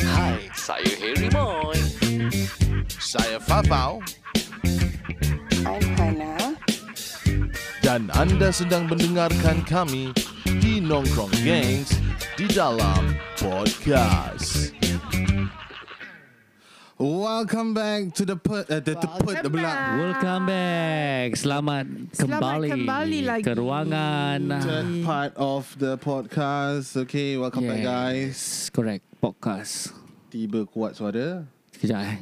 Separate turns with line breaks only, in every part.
Hai, saya Harry Boy.
Saya Fafau
I'm Hannah.
dan anda sedang mendengarkan kami di Nongkrong Gangs di dalam podcast. Welcome back to the put uh, the, the put the
Welcome
belak.
Welcome back. Selamat kembali,
kembali lagi.
ke ruangan.
Third part of the podcast. Okay, welcome back guys.
Yes, Correct. Podcast.
Tiba kuat suara.
Sekejap eh.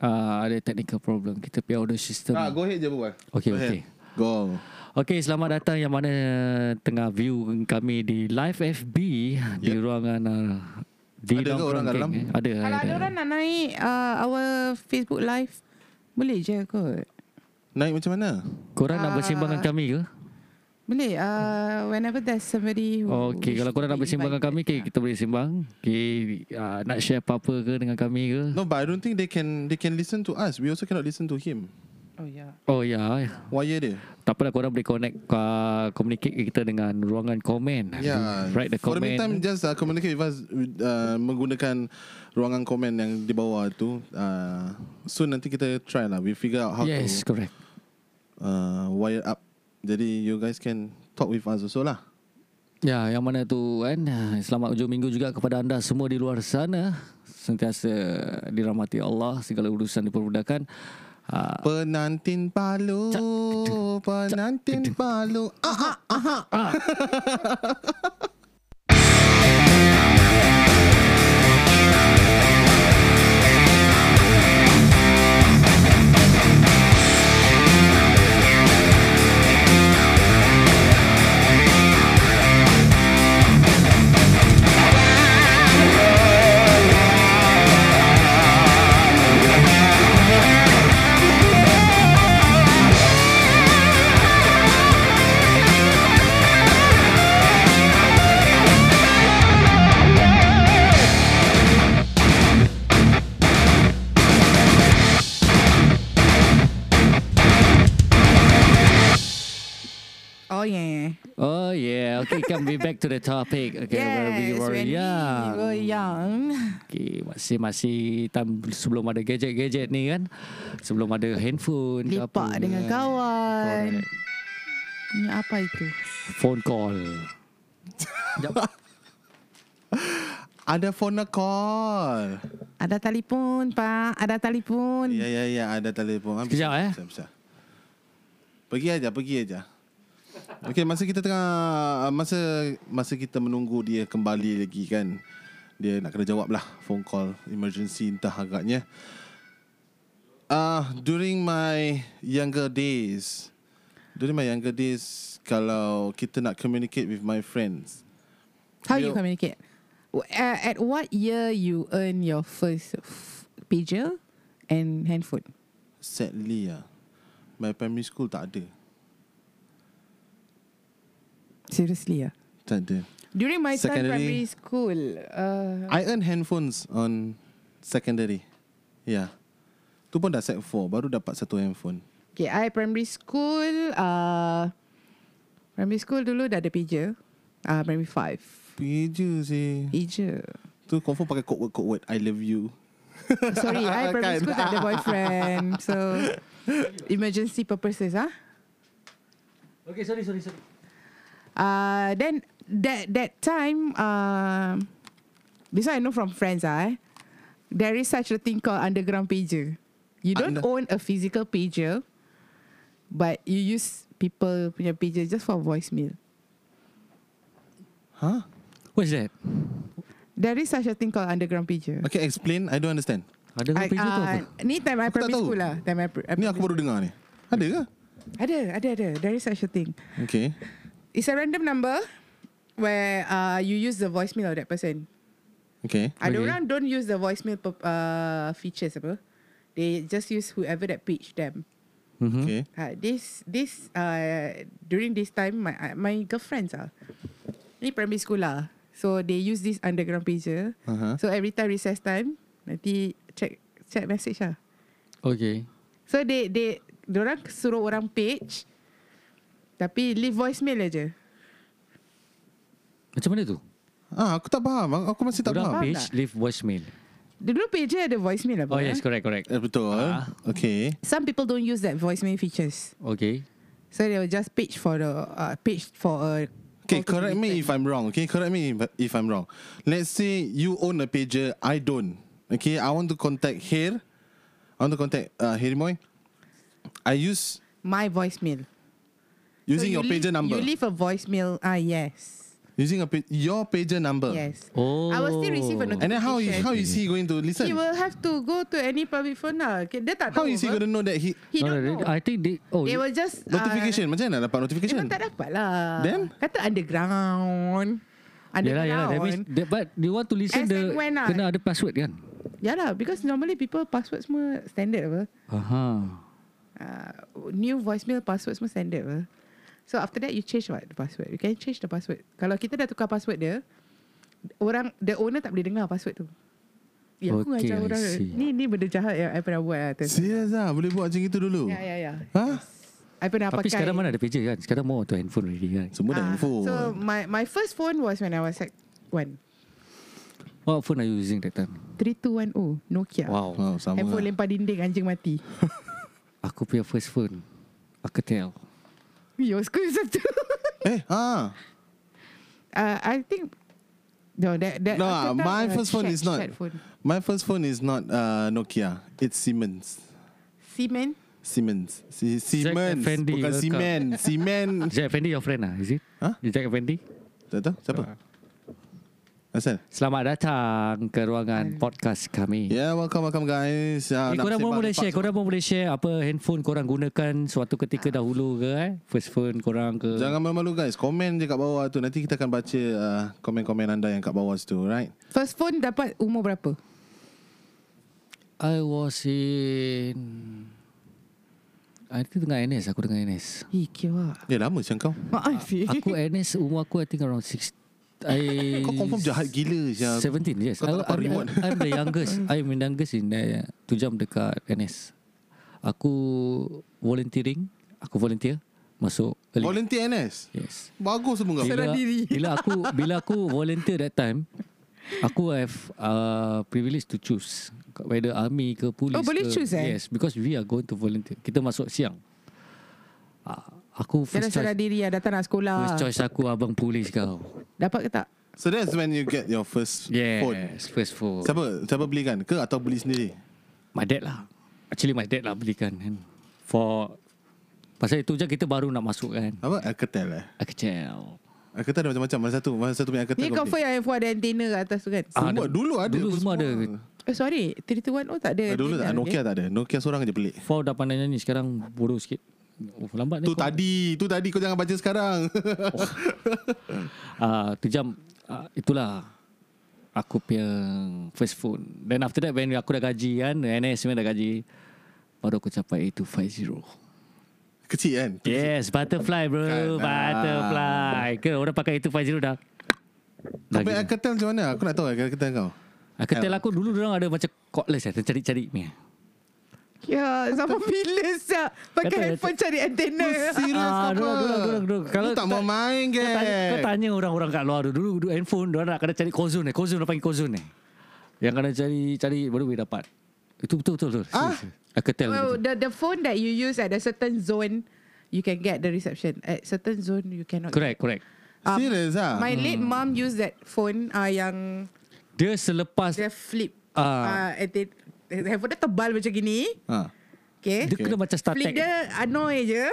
Uh, ada technical problem. Kita pergi order system.
Ah, go ahead je buat.
Okay,
go
okay.
Go.
Okey, selamat datang yang mana tengah view kami di live FB di ruangan uh,
Ya.
di
Ada ke
Nongkrong
orang kat
Gang,
dalam?
eh. Ada.
Kalau ada orang nak naik uh, our Facebook Live, boleh je kot.
Naik macam mana?
Korang nak bersembang
Ah.
dengan kami ke?
Boleh. Uh, whenever there's somebody who...
Okey, Oh, kalau korang nak bersembang dengan kami, okay, kita boleh sembang. Okey, uh, nak share apa-apa ke dengan kami ke?
No, but I don't think they can they can listen to us. We also cannot listen to him.
Oh, yeah.
Oh ya, yeah.
Wire dia.
tak apalah korang boleh connect uh, communicate kita dengan ruangan komen.
Yeah.
Write the
Ya. For the
comment.
meantime, just uh, communicate with us with, uh, menggunakan ruangan komen yang di bawah tu. Uh, soon nanti kita try lah. We figure out how
yes,
to
correct.
uh, wire up. Jadi you guys can talk with us also lah.
Ya, yang mana tu kan Selamat hujung minggu juga kepada anda semua di luar sana Sentiasa dirahmati Allah Segala urusan dipermudahkan Ah,
Penantin palu, penantin palu. Ah,
Oh, yeah.
Oh yeah, okay can we back to the topic Okay, where we
yes,
were
when
young.
we were young.
Okay, masih-masih time sebelum ada gadget-gadget ni kan Sebelum ada handphone ke
Lepak
apa kan?
dengan kawan. Ni apa itu?
Phone call Sekejap.
ada phone call.
Ada telefon, Pak. Ada telefon.
Ya, ya, ya. Ada telefon. Ah,
Sekejap, eh.
Besar, besar. Pergi aja, pergi aja. Okey, masa kita tengah ah, masa masa kita menunggu dia kembali lagi kan. Dia nak kena jawab lah phone call emergency entah agaknya. Ah, uh, during my younger days. During my younger days kalau kita nak communicate with my friends.
How you
Yo.
communicate? W- Uh, at what year you earn your first f- pager and handphone?
Sadly ah, my primary school tak ada.
Seriously, yeah.
Tak ada.
During my time
Secondary.
primary school, uh,
I earn handphones on secondary. Yeah. Tu pun dah set 4 baru dapat satu handphone.
okay, I primary school, uh, primary school dulu dah ada pager. Uh, primary five.
Piju sih.
Pager.
Tu confirm pakai code word code word I love you.
Sorry,
Kan?
I primary school tak ada boyfriend. So, emergency purposes, ah.
Okay, sorry, sorry, sorry
Uh, then that that time, uh, this one I know from friends ah, eh, there is such a thing called underground pager. You don't
Under-
own a physical pager, but you use people punya pager just for voicemail.
Huh?
What's that?
There is such a thing called underground pager.
Okay, explain. I don't understand.
Ada
I-
kopi tu
ah,
apa?
Ni time I
Aku tak
primary
tahu.
school lah. Time I, pri- I
Ni aku
primary-
baru dengar ni. Ada ke?
Ada, ada, ada. There is such a thing.
Okay.
It's a random number where uh, you use the voicemail of that person.
Okay.
Ada
Okay.
orang don't use the voicemail per- uh, features apa. They just use whoever that page them.
Mm-hmm.
Okay.
Uh, this this uh, during this time my uh, my girlfriends ah. Ni primary school lah. So they use this underground pager.
Uh-huh.
So every time recess time nanti check check message lah.
Okay.
So they they orang suruh orang page tapi leave voicemail aja.
Macam mana tu?
Ah, aku tak faham. Aku- Aku masih tak
Orang
faham.
faham
page
tak?
leave voicemail.
Dulu pager ada voicemail apa?
Oh yes, correct, correct.
Eh, betul.
Ah.
Okay.
Some people don't use that voicemail features.
Okay.
So they will just page for the uh, page for a
Okay,
call to
correct me if
return.
I'm wrong. Okay, correct me if- if I'm wrong. Let's say you own a pager, I don't. Okay, I want to contact here. I want to contact uh, Herimoy. I use
my voicemail.
using
So
your
you
pager
leave-
number.
You leave a voicemail. Ah yes.
using a pa- your pager number.
Yes.
Oh.
I will still receive a
And then how is how is he going to listen?
He will have to go to any public phone lah. Okay, Dia tak
How
tahu
is he
apa.
going to know that he
He
No,
don't know.
no, I think they, oh,
They will just uh,
notification? Macam mana nak dapat
Dia
notification?
pun tak dapat lah.
Then?
Kata underground.
Yalah,
Underground.
yalah. That means, that, but you want to listen
As
the,
and when lah.
kena ada password kan?
Yalah, because normally people password semua standard apa.
Aha.
Uh, new voicemail password semua standard apa. So after that you change what the password. You can change the password. Kalau kita dah tukar password dia, orang the owner tak boleh dengar password tu. Ya, aku
Okay,
ngajar
I
orang.
see.
Ni ni benda jahat yang I pernah buat lah. tu.
Serius lah, boleh buat macam itu dulu.
Ya, ya, ya.
Hah?
I pernah
Tapi
pakai.
sekarang mana ada pager kan? Sekarang more to handphone already kan?
Semua dah
Ah,
info.
So my my first phone was when I was like one.
What phone are you using that time?
3210 Nokia.
Wow.
Wow, sama.
Handphone
lah.
lempar dinding anjing mati.
Aku punya first phone. Alcatel.
Yours ke satu.
Eh, ah.
uh, I think No, that, that
No, ah,
Alcatel,
my
uh,
first phone
chat-
is not.
chat phone.
My first phone is not uh, Nokia. It's Siemens.
Siemens.
Siemens. Si- Siemens.
Effendi,
Bukan
welcome.
Siemens. Siemens.
Jack Effendi your friend lah, is it?
Huh?
You Jack Effendi?
Tak tahu siapa? Asal?
Selamat datang ke ruangan podcast kami.
Yeah, welcome, welcome guys.
Eh,
Uh,
korang pun boleh share Korang pun boleh share Apa handphone korang gunakan Suatu ketika dahulu ke eh First phone korang ke
Ah. Jangan malu-malu guys. Komen je kat bawah tu. Nanti kita akan baca uh, komen-komen anda yang kat bawah situ, right?
First phone dapat umur berapa?
I was in I think tengah NS Aku tengah NS
Hi, kiwa.
Eh, lama siang kau.
Maaf sih.
Aku NS Umur aku I think around 6 I
Kau confirm jahat gila siang.
17 yes
Kau tak dapat
I'm,
remote.
I'm, I'm the youngest I'm the youngest in the, Tu jam dekat NS Aku Volunteering Aku volunteer Masuk early.
Volunteer NS.
Yes
Bagus semua kau.
bila,
Serah diri.
bila aku bila aku volunteer that time, aku have uh, privilege to choose whether army ke police
Oh, boleh
ke.
choose, eh?
Yes, because we are going to volunteer. Kita masuk siang. Uh, aku
Jangan
first
salah
choice,
diri lah. Datang nak
first
sekolah.
choice aku abang polis kau.
Dapat ke tak?
So that's when you get your first
Yes,
phone.
first phone.
Siapa? Siapa belikan? Ke atau beli sendiri?
My dad lah. Actually my dad lah belikan kan. For pasal itu je kita baru nak masuk kan.
Apa? Alcatel eh?
Kecil.
Alcatel ada macam-macam. Masa tu, masa tu punya Alcatel.
Ni
kau
confirm yang handphone ada antena kat atas tu kan?
Ah,
Semua
ada-
dulu ada
dulu
apa
semua ada.
Oh, sorry. 3210 oh, tak ada
Eh, dulu tak,
antena,
Nokia tak ada. Nokia seorang je pelik.
For dah pandai nyanyi sekarang bodoh sikit. Oh, lambat ni.
Tu
kau.
tadi, tu tadi kau jangan baca sekarang.
Ah, tu jam ah, itulah aku punya first phone. Then after that when aku dah gaji kan, NS semua dah gaji. Baru aku capai 8250.
Kecil kan?
Yes, butterfly bro,
Kan, ah.
butterfly. Ke orang pakai 8250 dah. Dah
Sampai
gila.
Alcatel macam mana? Aku nak tahu Alcatel kau.
Aku tell aku dulu orang ada macam cordless eh, cari-cari ni.
Ya, sampai bila siap
Kata-
pakai handphone cari antena.
Serius
Ah,
apa?
dorang- dorang- dorang- dorang. Kalau
Kalau tak
kita-
mau main
Kau
ke?
tanya, kau tanya orang-orang kat luar tu. dulu dulu handphone dia nak kena cari kozon eh. Kozon dia panggil kozon eh. Yang kena cari cari baru boleh dapat. Itu betul betul. betul.
Ah?
Aku tell.
Well, the the phone that you use at a certain zone, you can get the reception. At certain zone, you cannot.
Correct, correct.
Ah,
Serius lah.
My late mom used that phone uh, yang
Dia selepas
dia flip.
Ah.
Uh, anten- handphone dia tebal macam gini.
Ha.
Okay.
Dia kena macam
Flip
StarTech.
dia annoy je.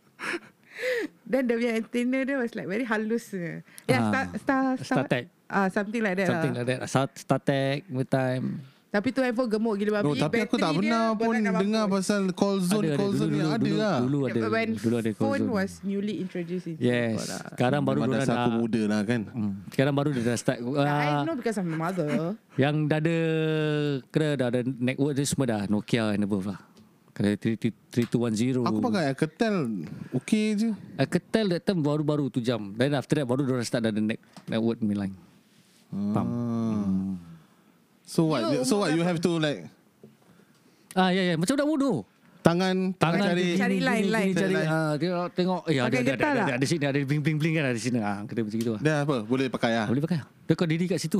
Then dia punya antenna dia was like very halus. je. Yeah,
Ah.
star, star, star,
StarTech.
Ah, something like that
Something
lah.
like that. Star- StarTech, with time.
Tapi tu handphone gemuk gila
No,
babi.
Oh, tapi aku tak
Bateri dia
pernah pun
berat nak
dengar
mampus.
pasal call zone,
Ada, ada.
call
Dulu,
zone
dulu,
yang ada
dulu,
lah.
dulu ada.
When
Dulu ada
phone
kozon.
was newly introduced into
Yes.
the phone lah.
Sekarang baru
Memang
dia
dasar aku
nak.
muda lah kan.
Hmm. Sekarang baru dia dah start.
I
Ah,
know because of my mother.
yang dah ada kena dah ada network dia semua dah Nokia and above lah. Kalau 3210
Aku pakai Alcatel Okey je
Alcatel that time baru-baru tu jam Then after that baru diorang start dah the neck Network punya line Faham?
Ah.
Hmm.
So what
You
So what you have to like
Ah ya ya macam dah bodoh
Tangan Tangan cari
cari
gini,
line,
gini,
line.
cari
Line.
ah dia orang tengok eh
Pakai
ada ada ada,
getah lah.
ada,
tak?
ada, ada sini ada bling bling bling kan ada sini ah kena macam gitu lah.
Dah apa Boleh pakai lah
Boleh pakai. Dia kau diri kat situ.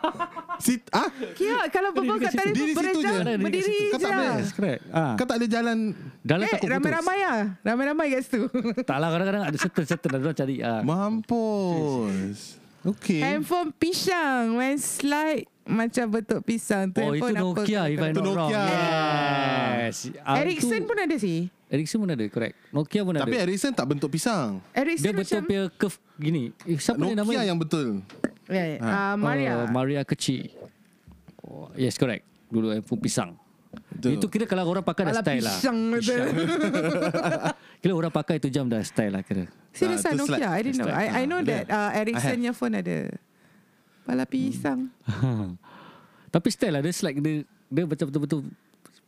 Sit Ah
Kira kalau perempuan kat tali
Diri situ je.
berjalan,
Diri
berdiri
situ.
Kau tak
je.
boleh.
Yes, correct. Ah.
Kau tak ada jalan
Dalam
Eh,
takut putus.
ramai-ramai lah. Ramai-ramai kat situ.
Taklah lah, kadang-kadang ada certain-certain ada orang cari ah.
Mampus Okay
Handphone pisang. When slide macam bentuk pisang. Tu
Oh itu
handphone apa
Nokia
ke-
if I
Itu
not wrong.
Nokia.
Yes. Ah,
Ericsson
itu-
pun ada sih.
Ericsson pun ada correct. Nokia pun ada.
Tapi Ericsson tak bentuk pisang
dia
Ericsson
betul
macam...
punya curve gini. Eh, siapa ni nama?
Nokia yang betul
Ya, ya. Ah, Maria.
Oh, Maria kecil. Oh, yes, correct. Dulu handphone pisang.
Betul.
Itu kira kalau orang pakai
Alah,
dah style
pisang
lah.
betul.
kira orang pakai tu jam dah style lah kira.
Serius
Ah,
lah
tu slide.
Nokia. I didn't know.
Slide.
I, I know
Ah,
that
ada.
uh, Ericsson punya phone ada. Pala
Hmm.
pisang.
Tapi style lah. Dia slide dia, dia macam betul-betul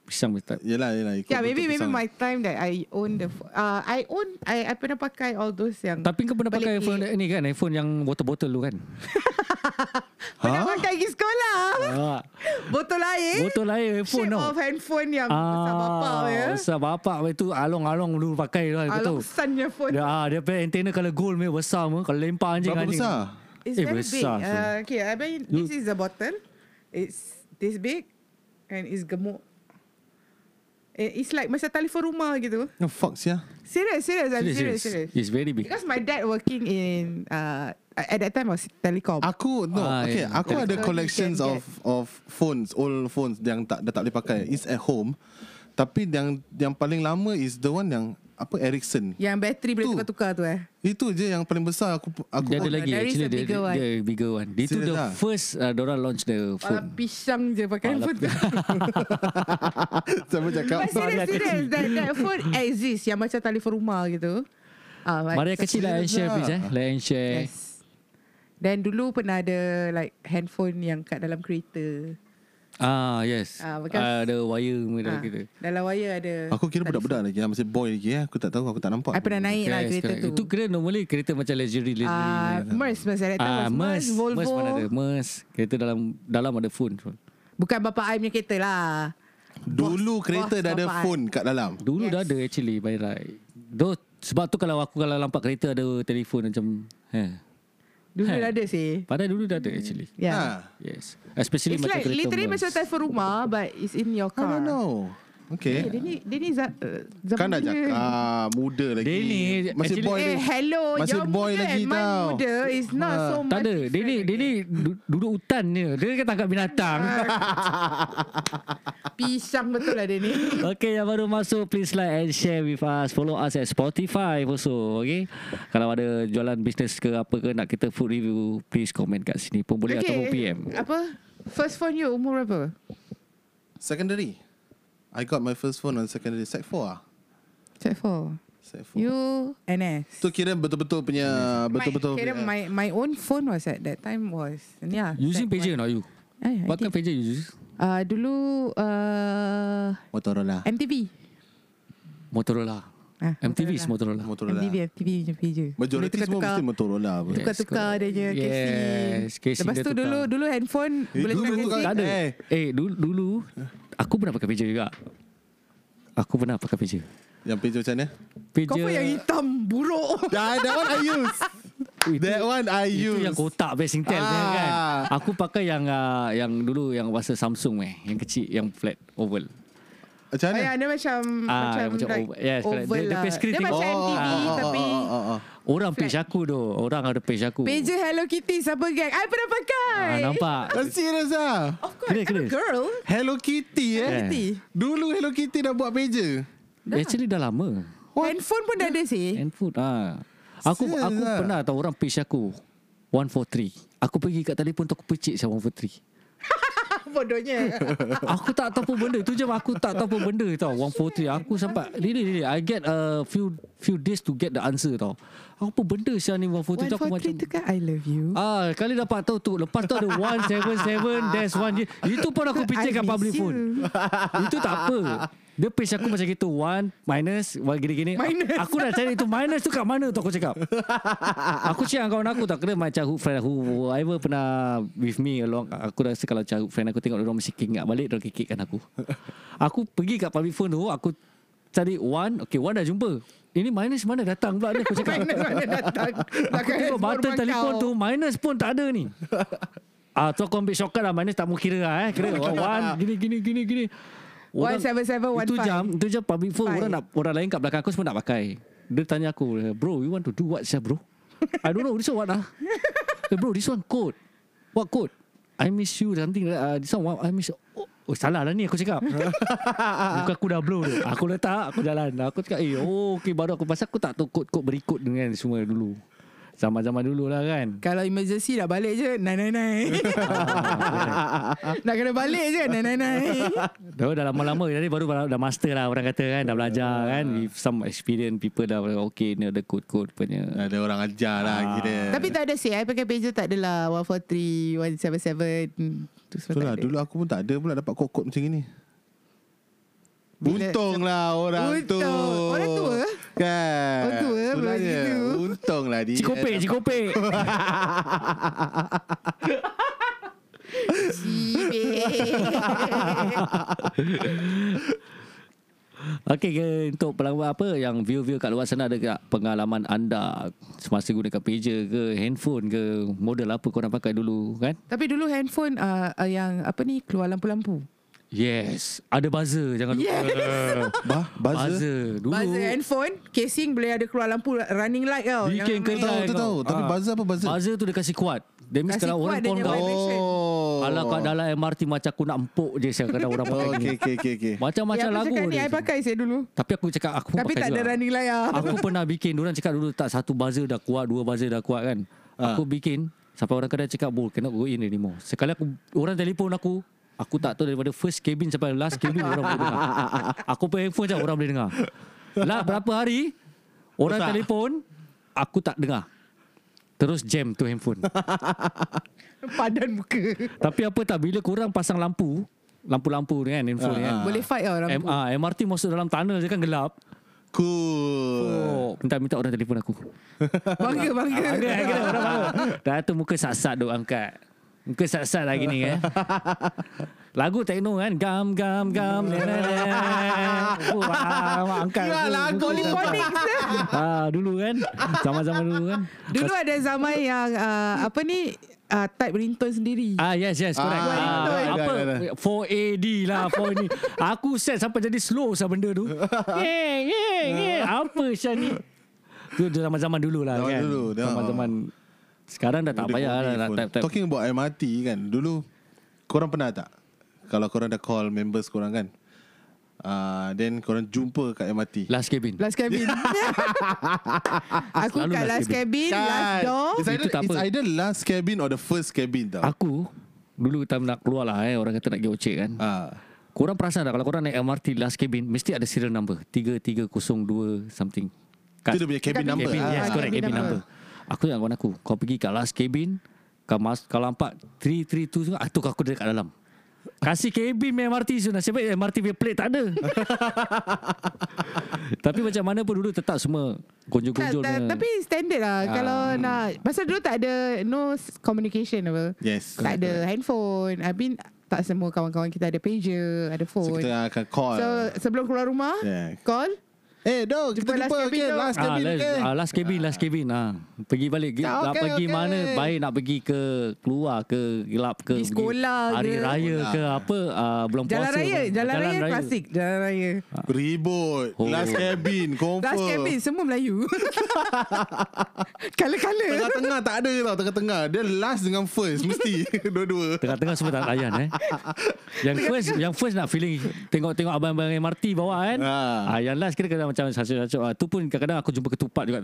pisang punya type.
Yelah yelah ikut
Yeah,
Ya,
maybe
bentuk
maybe
pisang.
my time that I own the phone. Uh, I own, I, I pernah pakai all those yang...
Tapi kau pernah pakai
pelik-pelik.
handphone ni kan? Handphone yang botol-botol tu kan?
Pernah
Ha?
pakai pergi sekolah.
ah,
Botol air.
botol air handphone
Shape
tau.
of handphone yang besar bapak ya.
Ah, Besar bapak itu along-along dulu pakai lah.
Alam
Along.
kesan punya phone.
Dia, ah, dia punya antena kalau gold punya besar pun. Kalau lempar anjing
Berapa
anjing.
besar?
It's
Eh,
very big.
besar tu.
Uh, okay, I mean, this is the bottle. It's this big and it's gemuk. Eh, It's like macam telefon rumah gitu.
No fuck ya
Serious, serious, I'm serious, serious.
It's very big.
Because my dad working in uh, at that time was telecom.
Aku no
Ah,
Okay
yeah.
aku
Yeah.
ada
So you
collections
can
of Of phones Old phones Yang tak dah tak boleh pakai It's at home Tapi yang Yang paling lama Is the one yang Apa Ericsson
Yang bateri boleh
Tu.
tukar-tukar tu eh.
Itu je yang paling besar Aku aku
Dia ada
own.
lagi
kan there is
actually
a
dia,
bigger one.
dia bigger one. Dia tu
Serious
the
ah?
first uh, orang launch the
Pala
phone.
pisang je pakai
Pala
phone tu.
Sama cakap
But serious, serious. That, that phone exists yang macam telefon rumah gitu. Ah, like-
Maria kecil lah and
serious
share
lah.
please eh. Like and share.
Yes. Dan dulu pernah ada like handphone yang kat dalam kereta.
Ah yes.
Ah,
Ah,
because-
ada wire merah
Ah,
kita.
Dalam wire ada.
Aku kira budak-budak lagi Masih boy lagi eh. Aku tak tahu Aku tak nampak
I pernah naik lah
Yes,
kereta
correct.
tu.
Itu kira normally kereta macam luxury luxury.
Ah, Merce, Merce. That time
Ah,
was Merce,
MERS, MERS
Volvo.
mana ada? MERS. Kereta dalam dalam ada phone.
Bukan bapak I punya kereta lah.
Dulu
Box-
kereta
box
dah ada
bapak I.
phone kat dalam
Dulu yes. dah ada actually by right. Though, sebab tu kalau aku kalau nampak kereta ada telefon macam eh.
Dulu
Hey.
dah ada sih.
Padahal dulu dah ada actually.
Yeah.
Ha.
Yes. Especially
It's
macam
like
kereta
literally
MERS.
macam telefon rumah but it's in
I
your car.
don't know
Eh,
Okay
Ha. dia ni, dia ni za- uh, zaman
Kan dah
dia.
cakap Muda lagi
Dia ni
Masih
actually-
boy
Eh,
lagi
hello.
Masih
your
boy
muda
lagi
and my
tau.
muda is not
Ah.
so much.
Tak ada. Dia ni, dia ni du- duduk hutan je. Dia kan tangkap binatang.
Pisang betul lah dia ni.
Okay, yang baru masuk, please like and share with us. Follow us at Spotify also, okay? Kalau ada jualan bisnes ke apa ke nak kita food review, please comment kat sini pun boleh okay. ataupun PM.
Apa? First phone you umur berapa?
Secondary I got my first phone on secondary Sec 4 ah
Check for
Sec 4
You NS.
Tu kira betul-betul punya Betul-betul
my, kira
punya-
my my own phone was at that time was yeah.
Using
that one.
pager not you?
Eh, I
What
did.
kind of pager you use?
Uh, dulu uh,
Motorola
MTV.
Motorola.
Ah,
MTV is Motorola.
Motorola
lah.
MTV, MTV punya pager.
Majoriti
Boleh
semua
tukar-tukar.
mesti Motorola apa
Yes,
Tukar-tukar
correct.
dia punya
Yes,
casing.
casing
Lepas
dia
tu
tukar.
dulu dulu handphone
Eh,
boleh
dulu
tukar
tukar
casing.
Tak ada.
Eh.
Eh, dulu, dulu aku pernah pakai pager juga. Aku pernah pakai pager.
Yang page macam mana
Pager
Kau pun yang hitam buruk.
That, that one I use That one I
Oh, Itu
use
yang kotak best Singtel punya
Ah.
kan. Aku pakai yang uh, yang dulu yang bahasa Samsung eh, yang kecil yang flat oval.
Macam
Oh, ya,
mana
dia macam
Ah,
macam,
macam
like
oval. Yes,
oval
correct. Dia- dia
lah.
punya screen
Dia
tengok. Ah,
macam MTV tapi
oh, oh.
Orang page aku tu, orang ada page aku.
pager eh? Hello Kitty siapa geng? I pernah pakai.
Ah, nampak.
Ah, Serious lah
Of course,
Kena,
I'm
kena.
a girl.
Hello Kitty eh
Yeah.
Kitty.
Dulu Hello Kitty dah buat pager
Actually dah lama.
Handphone pun dah ada sih.
Handphone ah. Aku
Serious
aku
ah?
pernah tahu orang page aku 143. Aku pergi kat telefon tu aku pecik sama 143.
Bodohnya.
aku tak tahu apa benda tu je aku tak tahu apa benda tau 143 aku sampai really really I get a few few days to get the answer tau. Apa benda sia ni 143 tu aku macam
143 tu kan I love you.
Ah, kali dapat tahu tu. Lepas tu ada 177 dash 1. Itu pun aku
I
picit kat
miss
public
you.
phone. Itu tak apa. Dia page aku macam gitu One Minus one, Gini-gini
Minus.
Aku nak cari tu Minus tu kat mana tu aku cakap Aku cakap dengan kawan aku Tak kena macam who, friend, who, Whoever pernah With me along Aku rasa kalau macam friend aku Tengok orang mesti kingak balik Diorang kikikkan aku Aku pergi kat public phone tu Aku cari one Okay one dah jumpa Ini minus mana datang pula ni Aku cakap
Minus mana datang
Aku tengok button telefon tu Minus pun tak ada ni Ah tu aku ambil shortcut lah Minus tak mau kira lah eh Kira oh, one Gini gini gini gini Orang-
17715.
Itu jam Itu jam public phone
Five.
Orang nak Orang lain kat belakang aku Semua nak pakai Dia tanya aku "Eh, Bro you want to do what sah bro I don't know This one what lah hey, Bro this one code What code I miss you something like, uh, This one what I miss oh, oh salah lah ni aku cakap Muka aku dah blow tu Aku letak Aku jalan Aku cakap Eh oh okay baru aku Pasal aku tak tahu kod-kod berikut Dengan semua dulu Zaman-zaman dulu lah kan
Kalau emergency dah balik je Nai nai nai Nak kena balik je Nai nai nai
Dah, dah lama-lama Jadi baru dah master lah Orang kata kan Dah belajar kan With some experience People dah Okay ni ada kod-kod punya
Ada orang ajar lah kira.
Ah. Tapi tak ada sih I pakai pager tak adalah 143 177 hmm, Tu semua
Itulah
tak ada
dulu aku pun tak ada pula dapat kod-kod macam ni.
Bila-
Untunglah orang
Untung.
tu.
Orang tua?
Kan.
Orang tua
Itulah
belajar
dia.
gitu.
Untunglah dia.
Cikopek Cikopek Okay ke, Untuk pengalaman apa Yang view-view kat luar sana Ada tak pengalaman anda Semasa gunakan pager ke Handphone ke Model apa korang pakai dulu Kan
Tapi dulu handphone uh, uh, Yang apa ni Keluar lampu-lampu
Yes Ada buzzer Jangan lupa
Yes.
Bah, buzzer.
Buzzer Dulu
Buzzer handphone Casing boleh ada keluar lampu Running light tau
Bikin
Yang
kedai
Tahu,
kau.
tahu, tahu. Tapi
Ah.
buzzer apa buzzer?
Buzzer tu dia kasi kuat That means
Kasi
kalau
kuat dia
orang call
punya
kau
vibration.
Oh.
Alah kat dalam MRT Macam aku nak empuk je Saya kadang orang
Oh,
pakai
Okey,
gini.
okey, okey, okey.
Macam-macam
yang Yang
lagu
Ya, ni I
dia.
pakai saya dulu
Tapi aku cakap Aku pun
Tapi
pakai
tak ada
juga.
running light lah
Aku pernah bikin Diorang cakap dulu tak Satu buzzer dah kuat Dua buzzer dah kuat kan
Ah.
Aku bikin Sampai orang kedai cakap Bro cannot go in anymore Sekali aku Orang telefon aku Aku tak tahu daripada first cabin sampai last cabin orang boleh dengar. Aku pay handphone je orang boleh dengar. Lah berapa hari orang
Rosak.
telefon aku tak dengar. Terus jam tu handphone.
Padan muka
Tapi apa tak bila korang pasang lampu, lampu-lampu ni kan handphone ni kan.
Ah.
Boleh fight lah tau
M,
lampu
ah, MRT masuk dalam tunnel je kan gelap.
Cool.
Oh, minta-minta orang telefon aku.
Bangga bangga
Ada kan kena orang bangun. Dah tu muka sat-sat duk angkat. Muka sat-sat lagi ni kan. Lagu techno kan Gam gam gam na, na, na. Oh, ah, mak angkat
Ya,
tu.
lagu
Polyphonic
eh.
ah, Dulu kan Zaman-zaman dulu kan
Dulu ada zaman yang uh, Apa ni uh, Type ringtone sendiri
Ah yes yes correct.
Ah,
Ah,
betul.
apa
Dah, dah,
4AD lah 4 ni. Aku set sampai jadi slow sah benda tu. Yeah yeah yeah. Apa Syah ni? Tu zaman-zaman dulu lah
Zaman
kan.
dulu, dah.
Zaman-zaman sekarang dah tak
Dia
payah lah
call
nak
phone.
type-type.
Talking about MRT kan Dulu Korang pernah tak Kalau korang dah call members korang kan uh, Then korang jumpa kat MRT
Last cabin.
Last cabin Aku
Selalu
kat
last
last cabin Last
Kan.
door
It's either,
Itu tak
it's
apa.
either last cabin Or the first cabin tau
Aku Dulu time nak keluar lah eh Orang kata nak pergi Ocek kan
Ah,
Korang perasan tak Kalau korang naik MRT last cabin Mesti ada serial number 3302 something
Itu dia punya cabin number
Cabin,
Ah,
yes
ah,
correct
cabin
cabin
number.
number, Aku ingat kawan aku Kau pergi kat last cabin kau mas, Kalau nampak 332 ah, Itu aku dekat dalam Kasih cabin main MRT so Nasib baik MRT punya plate tak ada Tapi macam mana pun dulu Tetap semua
tak,
Gonjol-gonjol
tak,
punya.
Kan, Tapi standard lah Kalau nak Pasal dulu tak ada No s- communication apa
Yes
Tak ada handphone I mean Tak semua kawan-kawan kita ada pager Ada
So
phone
kita akan call
So sebelum keluar rumah
Yeah.
Call
Eh dog Kita
Jumpa last
jumpa
cabin,
okay,
dog.
Last
Ah,
cabin
last,
okay.
ah, last cabin, last cabin. Ah. Pergi balik. Gi-
Ah,
nak
okay,
pergi
okay.
mana, baik nak pergi ke keluar ke gelap ke.
Pergi
pergi
sekolah
Hari
ke.
raya ke apa. Ah, bulan
Jalan
puasa.
Raya
pun.
Jalan, Raya, klasik Jalan Raya
Ribut
Oh.
Last cabin Confirm
Last cabin Semua Melayu Kala-kala
Tengah-tengah tak ada tau Tengah-tengah Dia last dengan first Mesti Dua-dua
Tengah-tengah semua tak layan eh. Yang first yang first nak feeling tengok-tengok abang-abang MRT bawah kan.
Ah.
Ah. yang last kira kadang macam sacuk-sacuk. Ah, tu pun kadang-kadang aku jumpa ketupat juga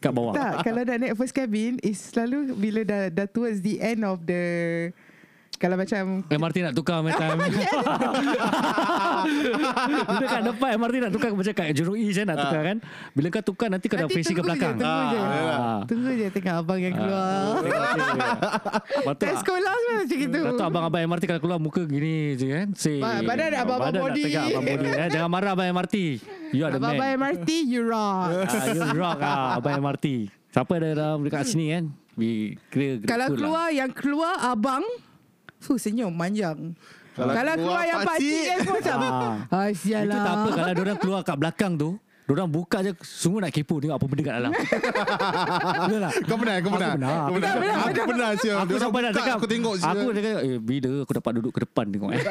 kat bawah.
Tak, kalau dah naik first cabin is selalu bila dah, dah towards the end of the Kalau macam
MRT nak tukar macam
Ya,
Bila kat depan MRT nak tukar Macam kat Jurong East kan nak tukar kan Bila kau tukar nanti kau dah
Ah. Nanti
facing ke
tunggu je,
belakang
Tunggu je
Ah.
Tunggu je tengok abang yang keluar
Lepas tu
Kat sekolah semua macam gitu
Lepas tu abang-abang MRT kalau keluar muka gini je kan Say,
Ba- badan ada abang-abang
Badan nak
body.
tegak abang body eh. Jangan marah abang MRT You are the
Abang-abang
man
MRT You rock
Ah, You rock ah, abang MRT Siapa ada dalam dekat sini kan We kira grateful
Kalau
lah.
keluar Yang keluar abang Fuh senyum manjang
Kalau keluar
Kalau, keluar, yang
pakcik.
pakcik Yang semua macam
Ah.
ah,
Itu tak apa
Sialah
Kalau diorang keluar kat belakang tu Diorang buka je Semua nak kepo Tengok apa benda kat dalam Betul tak?
Kau pernah, kau pernah.
pernah.
Kau pernah.
Pernah,
Aku
pernah,
pernah sial.
Aku
Diorang
sampai nak
buka,
cakap
Aku tengok sial.
Aku dah cakap eh, Bila aku dapat duduk ke depan tengok eh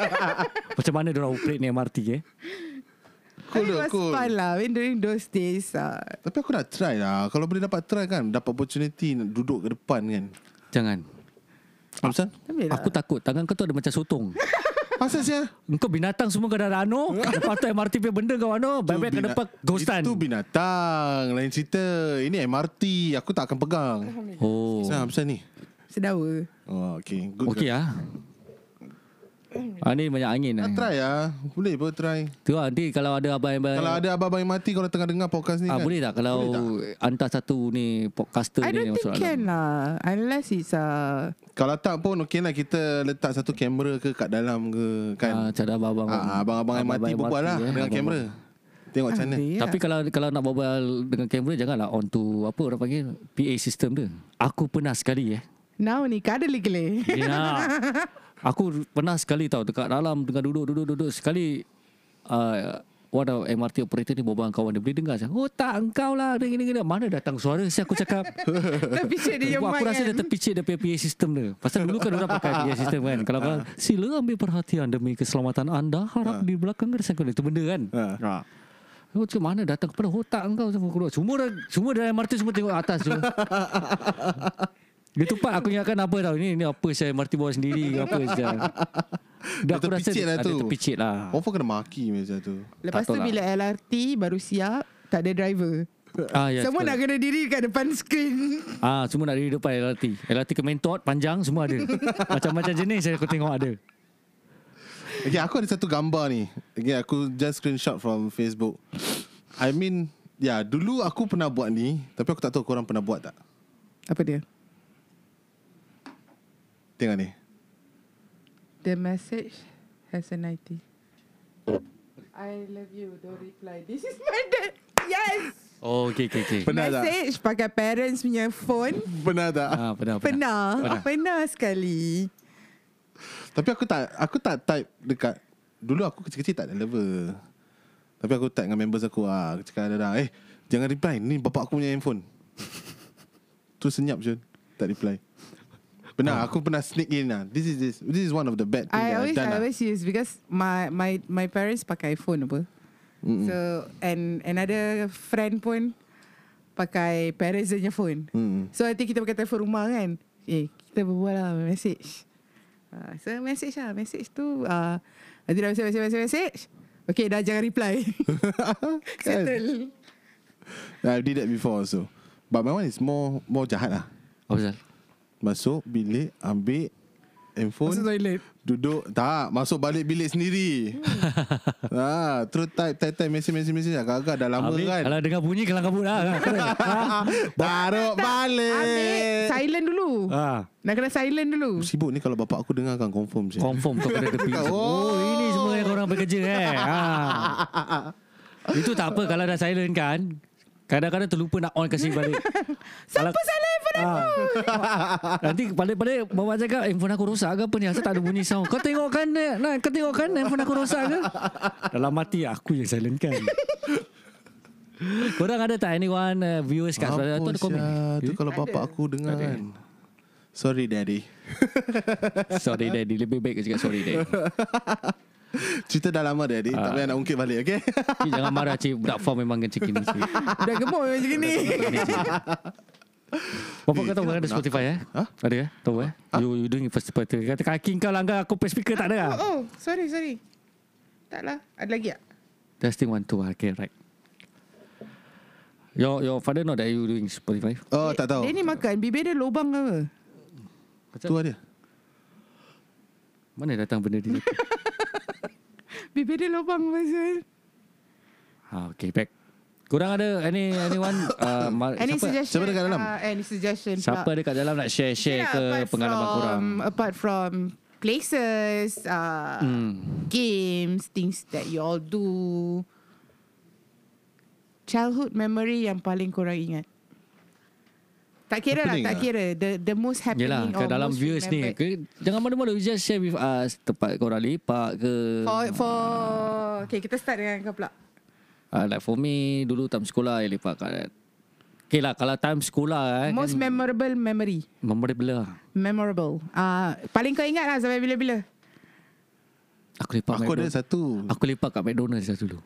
Macam mana diorang operate ni MRT eh
Tapi
Cool,
it was
cool.
fun lah when During those days ah.
Tapi aku nak try lah. Kalau boleh dapat try kan, dapat opportunity nak duduk ke depan kan.
Jangan
Apa
Tapi lah.
Aku takut Tangan kau tu ada macam sotong
Pasal sial?
Engkau binatang semua kau dah rano Lepas tu MRT punya benda kau rano Baik-baik ke
bina-
depan Ghostan
Itu binatang. Lain cerita. Ini MRT. Aku tak akan pegang.
Oh
Kenapa pasal ni?
Sedawa
Oh, okay. Good.
Okey ah. Ah ni banyak angin
Nak
lah.
try lah. Boleh pun try.
Tu lah nanti kalau ada abang-abang
Kalau ada abang-abang yang mati kalau tengah dengar podcast ni
Ah,
kan.
boleh tak kalau hantar satu ni podcaster
I don't
ni
think can lah Unless it's uh,
Kalau tak pun okey lah kita letak satu kamera ke kat dalam ke
Ah,
kan.
macam ada abang-abang. eh,
Ah, abang-abang yang mati berbual lah dengan kamera. Ya. Tengok macam mana.
Boleh
Tapi kalau kalau nak berbual dengan kamera janganlah on to apa orang panggil PA system dia. Aku pernah sekali eh.
Now ni kadali-kali
Ya. Aku pernah sekali tau dekat dalam dengan duduk duduk duduk sekali uh, one of MRT operator ni berbual dengan kawan dia boleh dengar saya. Oh tak engkau lah dia gini gini. Mana datang suara saya aku cakap.
Tapi cik dia yang
Wah, aku
mic
rasa
kan.
dia terpicit dia punya PA system dia. Pasal dulu kan orang pakai PA system kan.
Ha.
Kalau kalau sila ambil perhatian demi keselamatan anda harap di belakang ada sangkut itu benda kan.
Ha.
Ha. Oh, macam mana datang kepada otak engkau semua keluar. Semua dah- semua dalam MRT semua tengok atas je. Dia tumpah aku ingatkan apa tau Ini, ini apa saya MRT bawa sendiri ke Apa saya Dah aku rasa
terpicit lah
ada
tu.
terpicit lah
Offer kena maki macam tu.
Lepas tu
Tak tahu lah.
bila LRT Baru siap Tak ada driver
ah, yes,
Semua nak
correct.
kena diri Kat depan skrin
ah, Semua nak di depan LRT LRT ke Mentot Panjang semua ada Macam-macam jenis saya aku tengok ada
Okay, aku ada satu gambar ni. Okay, aku just screenshot from Facebook. I mean, ya, yeah, dulu aku pernah buat ni, tapi aku tak tahu korang pernah buat tak.
Apa dia?
Tengok ni.
The message has an IT. I love you. Don't reply. This is my dad. Yes.
Oh okay okay, okay.
Pernah tak?
message pakai parents punya phone.
Pernah tak?
Ah, pernah, pernah.
Pernah. Pernah, pernah sekali.
Tapi aku tak aku tak type dekat dulu aku kecil-kecil tak ada lover. Tapi aku type dengan members aku ah, aku cakap ada eh jangan reply ni bapak aku punya handphone. tu senyap je tak reply. Benar, aku pernah sneak in lah. This is this. This is one of the bad thing that
Ah. I always
I've done
I
lah.
always use because my my my parents pakai phone apa. Mm-mm. So and another friend pun pakai parents dia punya phone.
Mm-mm.
So nanti kita pakai telefon rumah kan. Eh kita berbual lah message. Uh, so message lah message tu uh, nanti dah message message message message. Okay dah jangan reply.
Kan?
Settle.
I did that before also. But my one is more more jahat lah.
Apa pasal?
Masuk bilik, ambil handphone.
Masuk toilet. Hmm.
Duduk Tak Masuk balik bilik sendiri ha, Terus type Type type Message message message Agak-agak dah lama
Habis,
kan
Kalau dengar bunyi kelang kabut lah
Taruh
Ambil
balik
silent dulu.
ah,
Nak kena silent dulu.
Sibuk ni kalau bapak aku dengar kan Confirm je
Confirm kau kena tepi
Oh.
oh. oh ini semua yang korang bekerja eh ah. Itu tak apa Kalau dah silent kan Kadang-kadang terlupa nak on kasi balik
Siapa silent pun
ah. Nanti balik-balik Bapak cakap Handphone aku rosak ke apa ni Asal tak ada bunyi sound Kau tengok kan eh? nah, Kau tengok kan Handphone aku rosak ke Dalam mati Aku yang silent kan Korang ada tak anyone uh, viewers kat
Apa
sebelah tu ada komen?
sia, Tu
Eh?
kalau bapak aku dengar kan Sorry daddy
Sorry daddy Lebih baik kau cakap sorry daddy
Cerita dah lama daddy
Ah.
Tak payah nak ungkit balik okay
Cik, Jangan marah cik Budak form memang kencing ini cik
Dah gemuk memang macam ni.
Bapak kau tahu kan ada Spotify eh?
Ha?
Ada eh? Tahu eh? You, you doing first Spotify. Kata kaki kau langgar aku press speaker tak ada lah.
Oh, sorry, sorry. Tak lah. Ada lagi tak?
Testing one two. ah. Okay, right. Your your father know that you doing Spotify?
Oh tak tahu
Dia ni makan. Bibir dia lubang ke apa?
Tu ada
Mana datang benda ni?
Bibir dia lubang
Eh,
pasal.
ha, okay, back. Korang ada any anyone uh, mar-
Any
siapa,
suggestion?
siapa dekat dalam?
Uh, any suggestion?
siapa
pula?
dekat dalam nak share-share
Yeah,
ke
apart
pengalaman
from,
korang?
Apart from places, uh,
Hmm.
games, things that you all do. Childhood memory yang paling korang ingat. Tak kira lah,
Happening
tak
lah.
kira. The the most happening
Yelah,
or
kat dalam
most
viewers ni.
remembered.
Ke, jangan mana-mana. You just share with us. Tempat korang lepak ke.
For, for, okay, kita start dengan kau pula.
Uh, like for me, dulu time sekolah I lepak kat... Okay lah, kalau time sekolah eh,
Most
kan,
memorable memory.
memorable lah.
Memorable. Ah, paling kau ingat lah sampai bila-bila.
Aku lepak
Aku ada
McDonald's.
satu.
Aku lepak kat McDonald's dah dulu.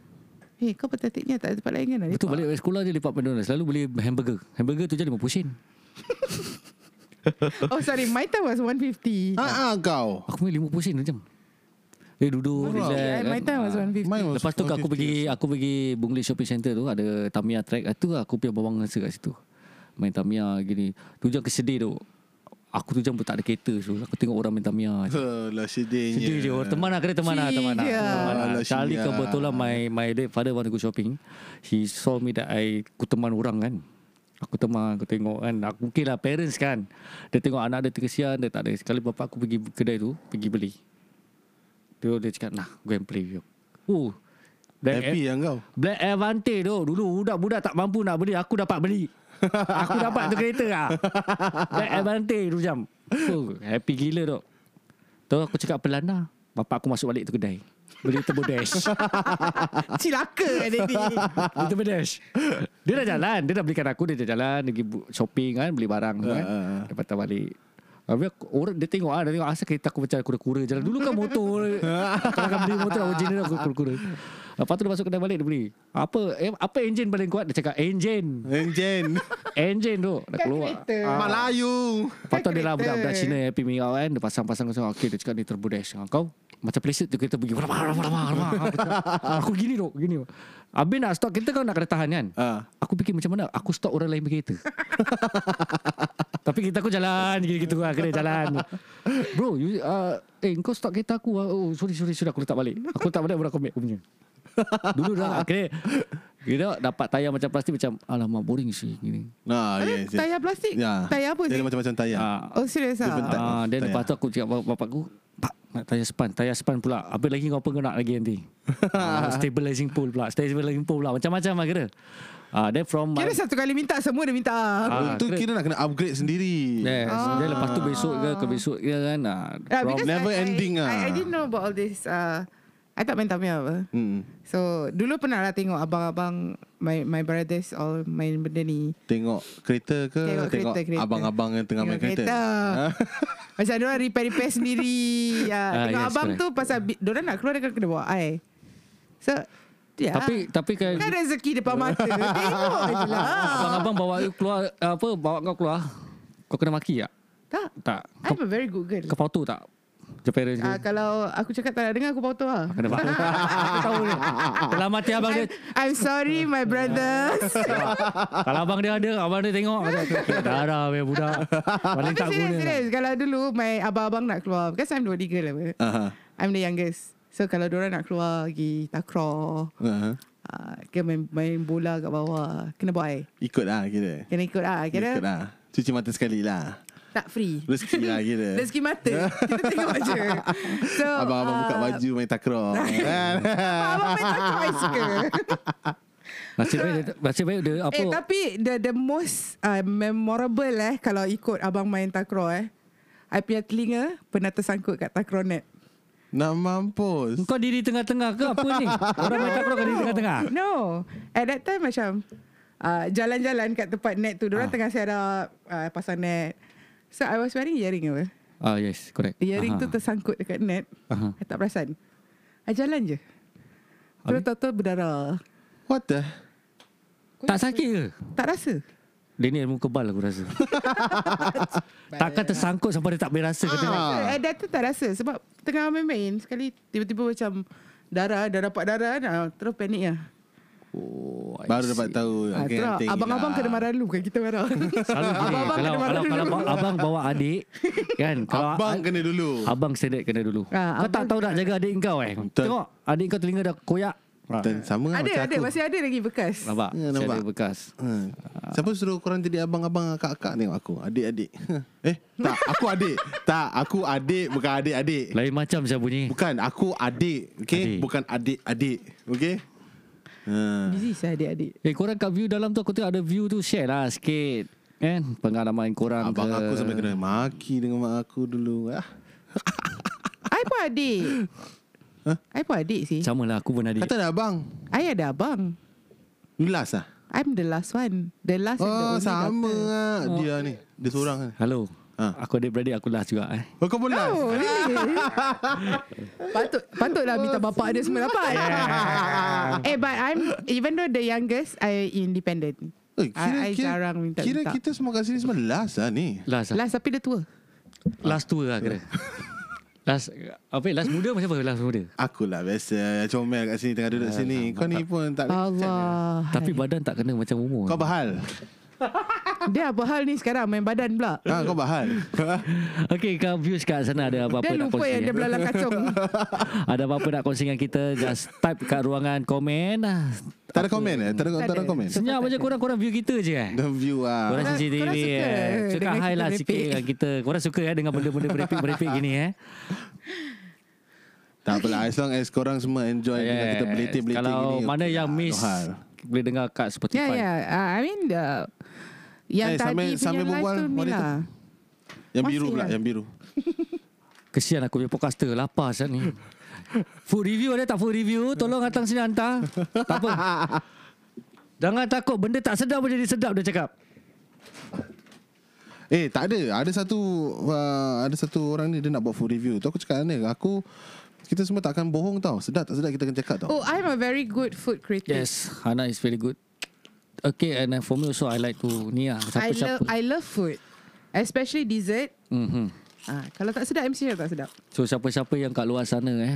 Eh, kau petatiknya tak ada tempat lain kan? nak
Betul
lepak?
balik dari sekolah je lepak McDonald's. Selalu beli hamburger. Hamburger tu je 50 sen.
Oh, sorry. My time was 150.
Ah, ah kau.
Aku main 50 sen macam. Dia duduk
Okay,
relax.
my time was
Ah.
150.
Mine was
Lepas tu aku
150.
pergi aku pergi Boon Lay Shopping Centre tu ada Tamiya track. Ah, Tu lah aku punya bawang rasa kat situ. Main Tamiya gini. Tu je aku sedih tu. Aku tu jam tak ada kereta so aku tengok orang main Tamiya. je.
Lah sedihnya.
Sedih je orang teman lah kena teman lah teman lah.
Sedih je.
Teman lah.
Ya. Alah,
Sekali
sedih.
kebetulan my my dad father want to go shopping. He saw me that I aku teman orang kan. Aku teman, aku tengok kan. Aku okay lah parents kan. Dia tengok anak dia terkesian, dia tak ada. Sekali bapak aku pergi kedai tu, pergi beli. Tu dia cakap, nah, go and play with you. Oh, Black,
Happy yang kau.
Black Avante tu Dulu budak-budak tak mampu nak beli Aku dapat beli Aku dapat tu kereta lah Black Avante tu jam oh, Happy gila tu Tu aku cakap pelana Bapak aku masuk balik tu kedai Beli turbo dash
Cilaka kan Daddy.
Beli turbo dash Dia dah jalan Dia dah belikan aku Dia dah jalan Dia pergi bu- shopping kan Beli barang tu kan
Ah, ah,
Dia patah balik Habis aku, orang dia tengok ah, dia tengok asal kereta aku macam kura-kura jalan. Dulu kan motor. Kalau kan beli motor original aku kura-kura. Lepas tu dia masuk kedai balik dia beli. Apa eh, apa enjin paling kuat? Dia cakap enjin.
Enjen.
Enjin tu dah
Kat
keluar.
kereta.
Melayu.
Lepas tu dia lah
kereta.
budak-budak Cina Happy Meal kan Dia pasang-pasang pasang. Okay dia cakap ni terbudash Kau macam pleset tu kereta pergi Ramah ramah ramah ramah Aku cakap, Aku gini tu Gini tu Habis nak stop kereta kau nak kena tahan kan
Ah.
Aku fikir macam mana Aku stop orang lain berkereta Tapi kita aku jalan Gitu-gitu lah Kena jalan Bro you, uh, Eh kau stop kereta aku ah. Oh sorry sorry Sudah aku letak balik Aku letak balik Baru aku ambil aku punya Dulu dah Kena Kira dapat tayar macam plastik Macam Alamak boring sih Gini
Nah,
Ada
yes, yes.
tayar plastik?
Ya.
Tayar apa
Dia
sih?
ada macam-macam tayar.
Ah,
Oh, serius
Dia bentak.
ah?
Ah,
tayar.
then lepas tu aku cakap dengan bapak aku, Pak, nak tayar span. Tayar span pula. Apa lagi kau pengenak lagi nanti? ah, stabilizing pole pula. Stabilizing pole pula. Macam-macam lah kira. Ah, then from...
Kira
my-
satu kali minta, semua dia minta.
Ah,
Itu kira nak kena upgrade sendiri.
Yes. Ah. Then lepas tu besok ke, ke besok ke kan. Ah,
Ah,
from,
because
never
I- I-
ending ah.
I, I didn't know about all this. Uh, I tak main tamia apa.
Hmm.
So, dulu pernah lah tengok abang-abang, my my brothers all main benda ni.
Tengok kereta ke
Tengok
Tengok,
kereta, kereta.
abang-abang yang tengah main kereta,
Tengok kereta. Macam diorang repair-repair sendiri. Ya,
Ha? Ah,
tengok
yes,
abang
correct.
tu pasal bi- diorang nak keluar, dia kena bawa air. So, ya.
Tapi, tapi kan...
Kan rezeki depan mata Tengok je lah
Abang-abang bawa you keluar, apa, bawa kau keluar. Kau kena maki tak?
Tak
Tak. Kau,
I'm a very good girl
kau pautu tak? Macam parents
Ah,
uh,
Kalau aku cakap tak nak dengar Aku pautu lah
Kena pautu. Aku tahu dia. Dalam hati abang dia,
I'm, I'm sorry my brothers
Kalau abang dia ada Abang dia tengok Darah punya budak Paling
Tapi
tak
serius,
guna
serius Kalau dulu My abang-abang nak keluar Because I'm the only girl apa.
Aha.
I'm the youngest So kalau diorang nak keluar Pergi takraw
Aha.
uh, Kena main, main bola kat bawah Kena buat air
Ikut lah kira
Kena ikut lah Kira
Ikut lah Cuci mata sekali lah
tak free
Rezeki lah kira
Rezeki mata Kita tengok je so,
Abang-abang
ah,
buka baju main takraw
Abang-abang main takraw I suka
Nasib baik dia- Nasib baik dia apa
Eh tapi the the most uh, memorable eh kalau ikut abang main takraw eh. I punya telinga pernah tersangkut kat takraw net.
Nak mampus
Kau diri tengah-tengah ke apa ni Orang main takraw kau diri tengah-tengah
No. At that time macam uh, jalan-jalan kat tempat net tu.
Ah.
Diorang tengah set up uh, pasang net. So I was wearing earring apa.
Ah yes correct Ah.
The earring
Aha.
tu tersangkut dekat net.
Aha.
I tak perasan. I jalan je. Terus tahu-tahu berdarah.
What the
Tak sakit ke
Tak rasa.
Dia ni ilmu kebal aku rasa Takkan tersangkut Sampai dia tak boleh rasa kata.
Ah.
At that tu tak rasa sebab tengah main-main sekali tiba-tiba macam darah dah dapat darah dah terus panik lah.
Oh, I
Baru
see.
dapat tahu
Ah,
okay,
tu lah.
nanti
Abang-abang
lah.
kena marah dulu Kan kita marah
Selalu gini,
Abang-abang
kalau,
kena marah
kalau,
dulu
kalau abang, abang bawa adik kan kalau
Abang kena dulu
abang standard kena dulu.
Ah,
kau tak
abang-
tahu nak jaga adik kau eh.
Betul.
Tengok adik kau telinga dah koyak. Ah,
Dan sama lah
Ada
macam
ada
aku
Masih ada lagi bekas
Nampak?
Ya,
Masih
nampak.
Ada bekas.
Hmm. Siapa suruh korang jadi abang-abang kakak tengok aku Adik-adik Eh tak aku adik Tak aku adik bukan adik-adik
Lain macam saya bunyi.
Bukan aku adik Okay
Adik.
adik. Bukan adik-adik Okay ha.
Busy saya adik-adik
Eh korang kat view dalam tu aku tengok ada view tu share lah sikit. Kan pengalaman korang
Abang
ke.
aku sampai kena maki dengan mak aku dulu ah.
I pun adik I pun adik sih
Sama lah aku pun adik.
Kata dah abang
I ada abang
Ulas lah
I'm the last one The last and the
Oh
only
sama
daughter.
lah Dia ni Dia seorang kan
Hello.
Ha.
Ah.
Aku adik-beradik aku last juga eh.
Oh kau pun last
Oh, really? Patut patutlah minta bapak dia semua dapat. Eh, but I'm even though the youngest, I independent.
Eh,
I- I jarang minta
Kira
minta.
kita semua kat sini semua last lah ni
Last lah.
Last tapi dia tua.
Last tua lah kira. last apa last muda macam apa last muda?
Akulah biasa Comel kat sini Tengah duduk sini Kau ni pun tak ada
Eh, Allah.
Tapi badan tak kena macam umur.
Kau bahal
Dia apa hal ni sekarang main badan pula.
ha, Kau bahal
Okay kau views kat sana ada apa-apa
Dia
nak
lupa
kongsi.
yang
eh?
dia belalang kacung.
Ada apa-apa nak kongsi dengan kita Just type kat ruangan komen lah
Tak ada komen eh Tak ada, tak ada komen
Senyap je korang-korang view kita je eh
The view ah.
Korang
Korang-
CCTV
korang suka
eh. Suka
dengan
high
kita
lah
merepek.
sikit dengan kita Korang suka eh dengan benda-benda merepek-merepek gini eh
Tak apalah As long as korang semua enjoy yes. Dengan kita belitik-belitik
Kalau
gini okey
mana
lah,
yang
no
miss
hal.
Boleh dengar kat
Ya,
Spotify
ya. Ah, I mean, the,
Eh,
yang tadi
sambil-
punya
sambil
live
berbual,
tu ni
monitor.
lah.
Yang
Masih
biru pula
lah.
Yang biru
Kesian aku punya podcaster Lapar siap ni Food review ada tak food review Tolong datang sini hantar Tak apa Jangan takut benda tak sedap pun jadi sedap dia cakap
Eh tak ada Ada satu uh, Ada satu orang ni Dia nak buat food review Tu aku cakap ni Aku Kita semua tak akan bohong tau Sedap tak sedap kita akan cakap tau
Oh, I'm a very good food critic.
Yes Hana is very good Okay and uh, for me also I like to Ni
I
lah
love
siapa-siapa
I love food. Especially dessert.
mm-hmm.
Ah, kalau tak sedap, I'm serious tak sedap.
So siapa-siapa yang kat luar sana eh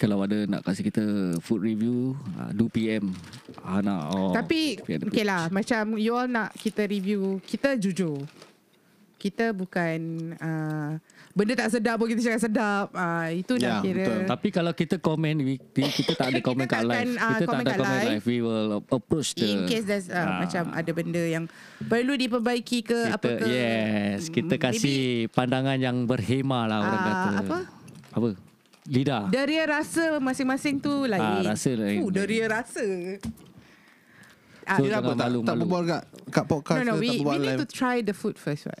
Kalau ada nak kasih kita food review uh, Do PM Hana oh,
Tapi
PM.
okay lah Macam you all nak kita review Kita jujur Kita bukan uh, Benda tak sedap pun kita cakap sedap uh, Itu
Ya,
dah kira
betul.
Eh? Tapi kalau kita komen we, we- Kita tak ada
Kita
komen kat
takkan,
live
ah,
Kita tak
komen
ada
kat
komen
live.
live We will approach the
In case there's uh,
Ah,
Macam ada benda yang Perlu diperbaiki ke
kita,
Apa ke
Yes Kita
Mm,
kasih pandangan yang berhema lah orang
Ah,
kata
apa?
Apa? Lidah
maybe Deria rasa masing-masing tu lain
Ah, rasa lah lain.
Fuh, Deria rasa Ah,
So,
Kira apa tak,
jangan
tak
malu-malu.
berbual kat, kat podcast
No no
ke, tak
we, we
berbual
need
live
to try the food first right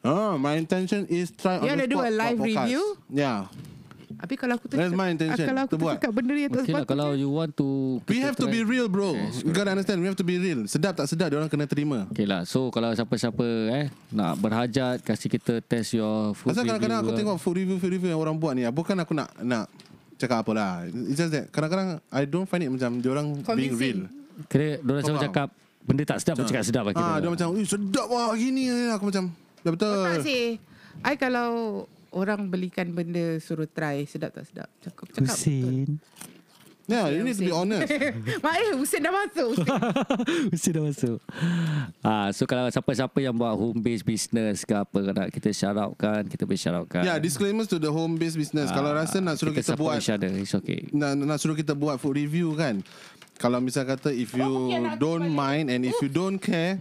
Oh, my intention is try on
You wanna
the
do
spot
a
buat
live
podcast.
review?
Yeah.
Tapi kalau aku
That's my intention,
Kalau aku
to buat.
tercakap benda yang tak
Okay lah
sepatutnya.
kalau you want to
We
kita
have to
try-
be real bro. You gotta understand. We have to be real. Sedap tak sedap, orang kena terima.
Okay lah So kalau siapa-siapa eh Nak berhajat Kasih kita test your food
Pasal kadang-kadang aku
review, eh. lah.
tengok food review food review yang orang buat ni, bukan aku nak nak cakap apa lah. It's just that kadang-kadang I don't find it macam orang being real.
Convincing.
Kira Diorang selalu
Oh, Faham?
cakap Benda tak sedap Aku cakap sedap lah kira
Ah, dia macam, "Eh, sedap wah gini." Aku macam, "Dah betul."
Tak sih I kalau Orang belikan benda Suruh try Sedap tak sedap Cakap cakap betul.
Yeah, you need to be honest.
Mak eh Husin dah masuk Husin.
Mesti dah masuk ah, So kalau siapa-siapa yang buat Home based business ke apa ke nak Kita shout out kan Kita boleh shout out kan
Yeah, disclaimers to the home based business. Ya, Kalau rasa nak suruh kita,
Ah, support
buat
each other It's okay
nak, nak suruh kita buat food review kan kalau misal kata if you
lah
don't mind and if you don't care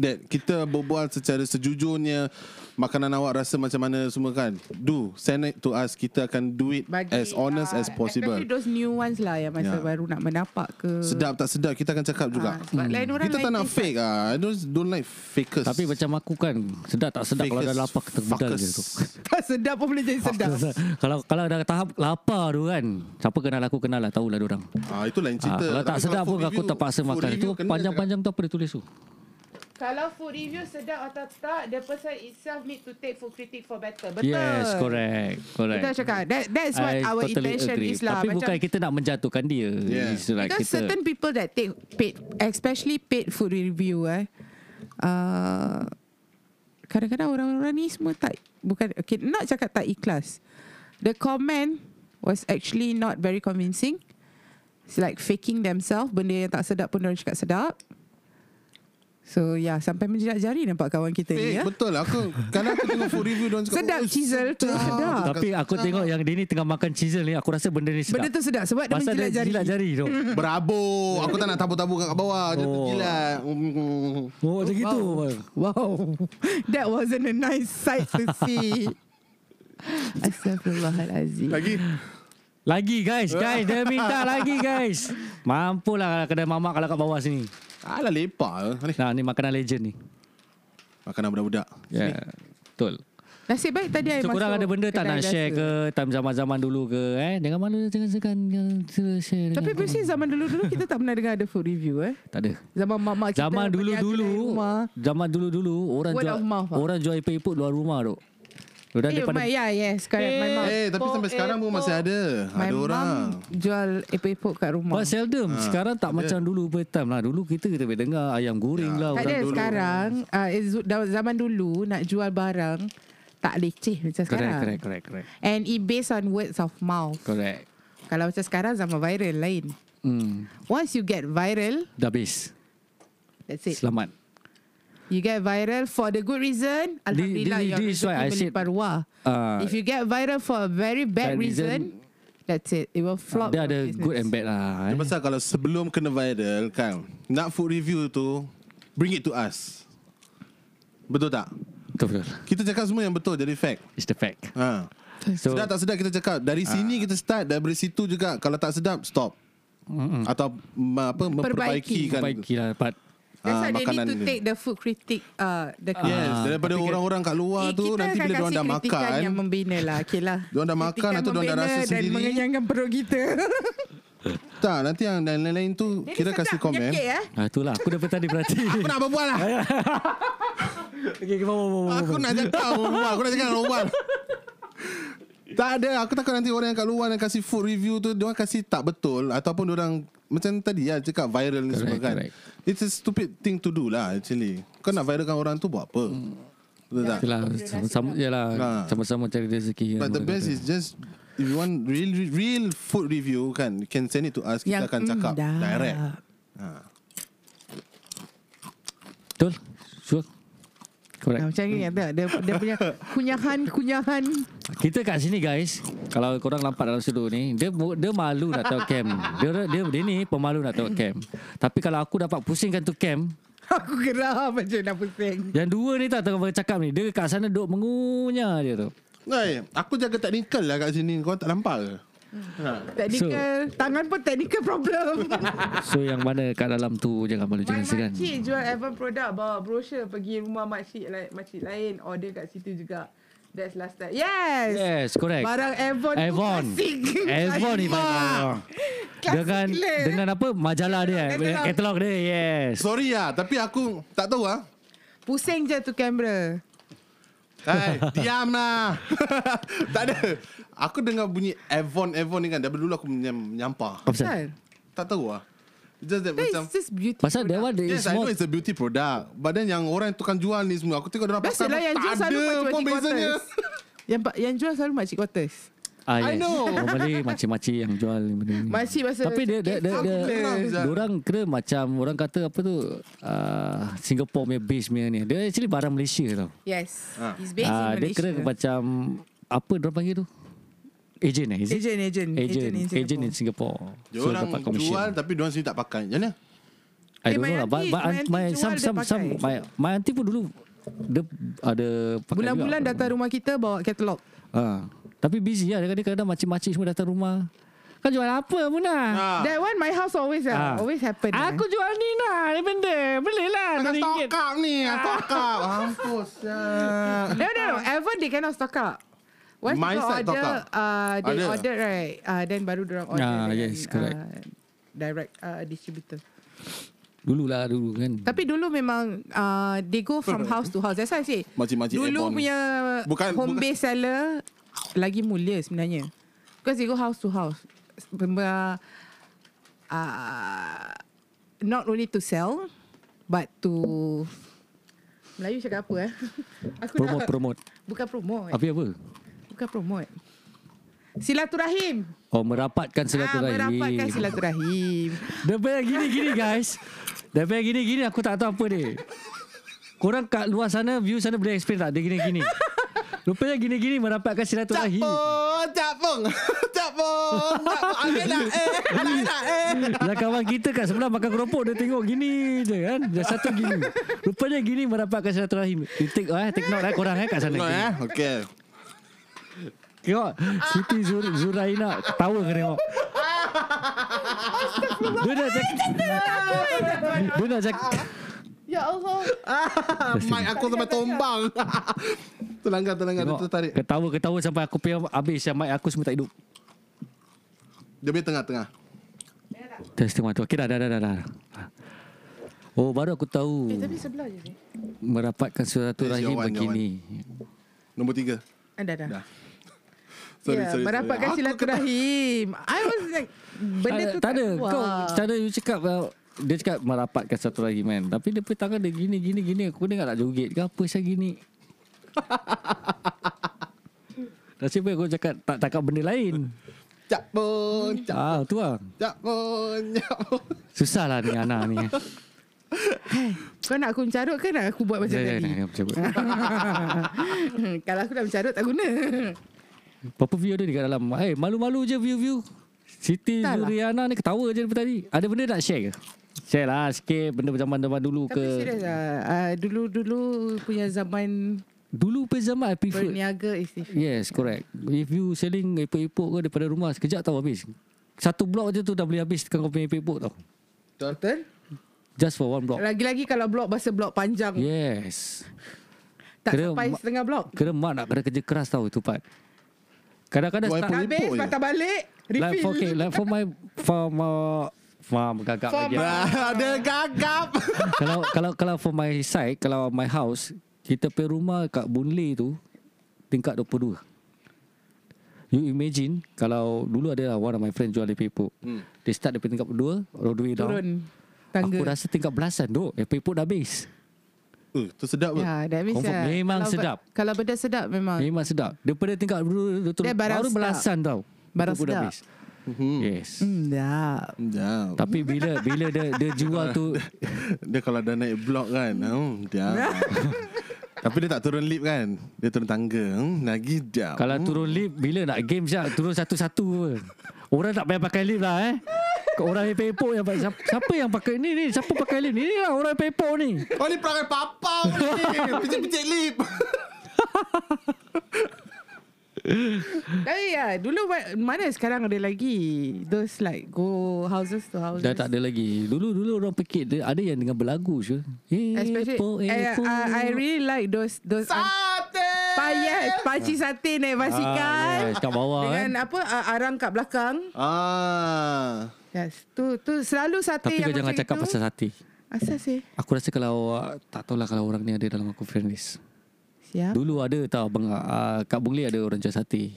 that kita berbual secara sejujurnya makanan awak rasa macam mana semua kan do send it to us kita akan do it
Bagi,
as honest
ah,
as possible
Especially those new ones lah Yang masa
Ya.
baru nak menapak ke
sedap tak sedap kita akan cakap juga Hmm.
Ah, sebab lain orang
kita tak
lain
nak
taste.
fake ah I don't don't like fakers
Tapi macam aku kan Sedap tak sedap Kalau dah lapar Kita bedal je tu
Tak sedap pun boleh jadi sedap
kalau kalau dah tahap lapar tu kan Siapa kenal aku kenal lah Tahulah diorang
ah itu lain
ah,
cerita
Kalau tak
Tapi
sedap
food
pun aku
review-
terpaksa
food
makan
review
Itu
kena
panjang-panjang tu apa dia tulis tu
Kalau food review sedap atau tak The person itself need to take food critic for better Betul
Yes correct correct
Kita cakap that, That's what
I
our
totally
intention
agree.
is lah
Tapi
Macam
bukan kita nak menjatuhkan dia
Yeah.
It's like
Because
kita
certain people that take paid, especially paid food review, eh, uh, kadang-kadang orang-orang ni semua tak bukan okay, not cakap tak ikhlas. The comment was actually not very convincing. It's like faking themselves. Benda yang tak sedap pun orang cakap sedap. So yeah, sampai menjilat jari nampak kawan kita
Fake,
ni ya.
betul lah. Aku, kadang aku tengok food review diorang cakap,
Sedap
"Oh,
chisel tu, sedap.
Tapi aku tengok yang dia ni tengah makan chisel ni Aku rasa benda ni
Ah,
sedap
Benda tu sedap sebab dia
Pasal
menjilat
dia
jari.
jilat jari tu
Berabur. Aku tak nak tabu-tabu kat bawah. Dia
Oh.
terjilat. Mm.
Oh macam gitu
Wow. That wasn't a nice sight to see. Astaghfirullahalazim.
Lagi.
Lagi guys Guys dia minta lagi guys Mampulah kedai mamak kalau kat bawah sini
Alah lepak.
Eh.
Ni.
Nah ni makanan legend ni
Makanan budak-budak.
Ya Betul
Nasib baik tadi saya
So korang
Eh, masuk
ada benda tak
kedai
nak share
biasa.
ke Time zaman-zaman dulu ke eh Dengan mana jangan-jangan
Tapi
share dengan korang.
biasanya zaman dulu-dulu kita tak pernah dengar ada food review eh.
Tak ada
Zaman mak-mak kita
Zaman
banyak
dulu-dulu
kedai rumah.
Zaman dulu-dulu Orang
Word
jual
of mouth, ah.
Orang jual ipek-ipek luar rumah tu Orang
Eh,
daripada
my, yeah, yes, correct. My mom.
Eh, tapi sampai sekarang pun masih ada.
my
Ada
mum
orang.
jual epok-epok kat rumah.
But seldom ha. Sekarang tak macam dulu punya time lah Dulu kita kita boleh dengar Ayam
Ya.
goreng lah
Tak
orang
ada
dulu.
sekarang. Uh, zaman dulu nak jual barang tak leceh macam
Correct,
sekarang.
correct, correct, correct.
And it based on words of mouth.
Correct.
Kalau macam sekarang zaman viral lain.
Hmm.
Once you get viral,
Dah habis.
that's it.
Selamat.
You get viral for the good reason. Alhamdulillah,
this-
your
this is why
rezeki
I said-
melimpah ruah.
Uh,
If you get viral for a very bad
Bad
reason,
reason,
that's it. It will flop.
dia
your
ada
business.
good and bad lah.
Dia
Eh.
pasal kalau sebelum kena viral kan, nak food review tu, bring it to us. Betul tak?
Betul, betul.
Kita cakap semua yang betul jadi fact.
It's the fact.
Ha.
So,
sedap tak sedap kita cakap. Dari sini kita start, dari situ juga kalau tak sedap stop. Mm-mm. Atau mm, apa
Perbaiki.
memperbaikikan.
perbaiki lah part.
That's
Ah,
why they need
makanan
to
dia.
take the food critic. Uh, the
Ah.
Yes, daripada
tapi-
orang-orang kat luar
Eh,
tu nanti
kita
bila
akan kasih
diorang dah
kritikan
makan,
yang membina lah okay lah
Diorang dah makan,
Kritikan
lepas tu diorang dah
membina
rasa
dan
sendiri.
mengenyangkan perut kita
tak nanti yang dan lain-lain tu
Jadi
kira
sedap
kasih komen.
menyakit, eh?
Ah, itulah. Aku dapat tadi berarti.
Aku nak berbual lah.
okay, okay, bawa, bawa,
Aku nak cakap berbual. Aku nak cakap berbual. Tak ada Aku takut nanti orang yang kat luar Yang kasih food review tu Diorang kasih tak betul Ataupun diorang Macam tadi lah Cakap viral ni
Correct,
semua kan
correct.
It's a stupid thing to do lah Actually Kau nak viralkan orang tu Buat apa Betul tak
Itulah. Sama-sama, yalah,
Ah.
sama-sama cari rezeki.
But the best is just If you want real real food review kan You can send it to us Kita akan cakap
dah.
Direct
Betul? Sure? Correct.
Nah, macam ni ada dia, dia punya kunyahan kunyahan
Kita kat sini guys Kalau korang nampak dalam studio ni Dia dia malu nak tengok cam dia, dia, dia ni pemalu nak tengok cam Tapi kalau aku dapat pusingkan tu cam
aku geram macam nak pusing
Yang dua ni tak tengok bercakap ni Dia kat sana duduk mengunyah dia tu
Hey, eh, aku jaga teknikal lah kat sini Kau tak nampak ke?
technical tangan pun technical problem
So yang mana kat dalam tu Jangan
my
malu jangan segan
makcik jual Avon product bawa brochure pergi rumah makcik lain makcik lain order kat situ juga that's last time yes,
Yes correct
barang Avon tu
Avon
klasik.
Avon ni banyak
Klasik
Dengan
gila.
Dengan apa Majalah dia
Katalog.
Katalog dia Yes
Sorry lah Tapi aku tak tahu lah
pusing je tu kamera
Hai, diam lah. tak ada. Aku dengar bunyi Avon Avon ni kan. Daripada dulu aku menyam, menyampah.
Apa pasal?
Kan?
Tak tahu lah. It's Just that
That
macam
is just beauty.
Pasal that one
Yes,
It's
I know
more
it's a beauty product. But then yang orang yang tukang jual ni semua, aku tengok dia pakai
Biasalah lah yang jual
tak
selalu
ada
makcik-makcik
pun bezanya.
quarters. yang pa- yang jual selalu makcik quarters.
ah,
I know.
Normally macam-macam yang jual ni benda ni
Makcik pasal
Tapi dia dia dia,
Aku
dia,
kenal Zah.
dia orang kira macam orang kata apa tu uh, Singapore punya base punya ni. Dia actually barang Malaysia tau.
Yes.
Ah.
He's based
Ah
in
dia
Malaysia.
kira macam apa dia panggil tu? Agent eh is it?
Agent, agent.
Agent,
in
agent in
Singapore.
Singapore.
Dia orang jual tapi dia orang sendiri tak pakai. Macam mana?
I
Eh,
don't
my
know lah. But,
auntie-
but
my
aunt-
auntie
my,
jual
some,
dia
some, some,
pakai.
my, my auntie pun dulu dia ada pakai
Bulan-bulan
juga.
datang rumah kita bawa katalog. Ah.
Ha. Tapi busy lah. Kadang-kadang kadang makcik-makcik semua datang rumah. Kau jual apa pun lah.
Ah.
That one my house always ah.
Ah.
always happen. eh.
Aku jual ni lah. Ni benda. lah, Belilah.
Tengah
RM1.
stock up ni. Stock up. Mampus. ah.
No, no, no. Ever they cannot stock up. Once
My
people
side stock
order,
up.
uh, they
Ada.
order right, uh, then baru orang order.
Ah,
dengan,
yes, correct.
Uh, direct uh, distributor.
Dulu lah dulu kan.
Tapi dulu memang uh, they go from house to house. That's why I say
Makcik-makcik
dulu
airborne.
punya
Bukan-
home
bukan-
based seller lagi mulia sebenarnya. Because they go house to house. Uh, uh, not only to sell but to Melayu cakap apa eh? Aku
Promote,
nak,
promote.
bukan promote.
Apa apa?
Bukan promote. Silaturahim.
Oh merapatkan silaturahim.
Ah, merapatkan silaturahim.
Dia punya gini-gini guys. Dia punya gini-gini aku tak tahu apa ni. Korang kat luar sana view sana boleh explain tak dia gini-gini. Rupanya gini-gini merapatkan silaturahim.
Capung, capung, capung, capung. Ambil lah, eh, nak, nak, eh.
Lah kawan kita kat sebelah makan keropok dia tengok gini je kan. Dia satu gini. Rupanya gini merapatkan silaturahim. You take eh take note eh korang eh kat sana.
Tengok eh, okay.
Tengok Siti Zur Zuraina Tawa kena tengok Dia nak cakap Dia nak cakap
ya Allah.
Ah, mic aku sampai tombang. Terlanggar, terlanggar, dia
Tengok,
tertarik.
Ketawa-ketawa sampai aku punya habis yang mic aku semua tak hidup.
Dia punya tengah-tengah.
Test tengok tu. Okey dah dah dah dah. dah. Oh baru aku tahu
Eh, tapi sebelah je ni.
merapatkan
Yes,
silaturahim
Yawan,
begini.
Nombor tiga.
Ah, Dah, dah.
Dah.
Sorry, yeah, sorry, merapatkan
Aku
Ya, silaturahim. I was like, benda
Tak-
tu
tak ada.
keluar.
Kau cara you cakap uh, dia cakap merapatkan silaturahim kan. Tapi dia punya tangan dia gini gini gini aku dengar tak joget ke apa saya gini. Nasib baik aku cakap tak cakap benda laken.
Capung, capung,
Ah tu lah.
capung, capung.
Susah lah ni Ana ni.
Kau nak aku mencarut ke nak aku buat macam
Ya, ya,
tadi? Ah.
nak aku buat.
Kalau aku dah mencarut tak guna.
Berapa view ada ni kat dalam? Eh, malu-malu je view-view. Siti
Tak lah.
Zuriana ni ketawa je daripada tadi. Ada benda nak share ke? Share lah sikit benda zaman-zaman dulu
Tapi
ke.
serius lah. Uh, dulu-dulu punya zaman
Dulu pun zaman I prefer.
berniaga is different.
Yes, correct. If you selling epok-epok ke daripada rumah, sekejap tau habis. Satu blok je tu dah boleh habis kau punya epok-epok tau.
Betul?
Just for one block.
Lagi-lagi kalau blok bahasa blok panjang. Yeah.
Yes.
Tak
Ya, Kira
sampai
ma-
setengah blok.
Kena mak nak kena kerja keras tau itu part. Kadang-kadang
Buat
start,
Repot
Habis
je.
patah balik.
like for, okay,
Refill.
like for my for my Faham gagap
For
lagi.
my-
Ada gagap.
kalau kalau kalau for my side, kalau my house, kita pergi rumah kat Boon Lay tu tingkat 22. You imagine kalau dulu ada lah one of my friend jual epok. Hmm. They start daripada tingkat 2 all the way down.
Turun. Tangga.
Aku rasa tingkat belasan duk epok dah habis.
Uh, tu sedap pun.
Ya, that means
Confirm.
ah,
Memang
kalau,
sedap.
Kalau benda sedap memang.
Memang sedap. Daripada tingkat dulu tu
Ah. Dia barang
baru
sedap.
belasan tau.
Barang
Epok dah
sedap.
habis. Yes.
Hmm, sedap.
Sedap.
Tapi bila bila dia dia jual tu
Dia kalau dah naik blok kan hmm, Diam Tapi dia tak turun lift kan Dia turun tangga hmm, Lagi diam
Kalau turun lift Bila nak game siap Turun satu-satu pun. Orang tak payah pakai lift lah eh Kau Orang yang pepok yang pakai, siapa, siapa yang pakai ni ni Siapa pakai lift ni Ni lah orang yang pepok ni
Kau ni
Eh,
perangai papau ni Picit-picit lift
Tapi ya, dulu wa- mana sekarang ada lagi those like go houses to houses.
Dah tak ada lagi Dulu dulu orang pekit dia, Ada yang dengan berlagu je
Especially,
Epo,
eh,
epo.
I, I really like those those um,
Sate
payat pakcik sate naik basikal.
Ah. yes, kat ya, bawah
dengan
kan
apa ah, arang kat belakang.
Ah,
Yes, tu tu selalu sate
Tapi
yang
kau jangan
macam
cakap
itu.
pasal sati
Asal sih?
Aku rasa kalau uh, Tak tahulah kalau orang ni ada dalam aku friend list
Siap.
Dulu ada tau bang, uh, Kat Bungli ada orang jual sate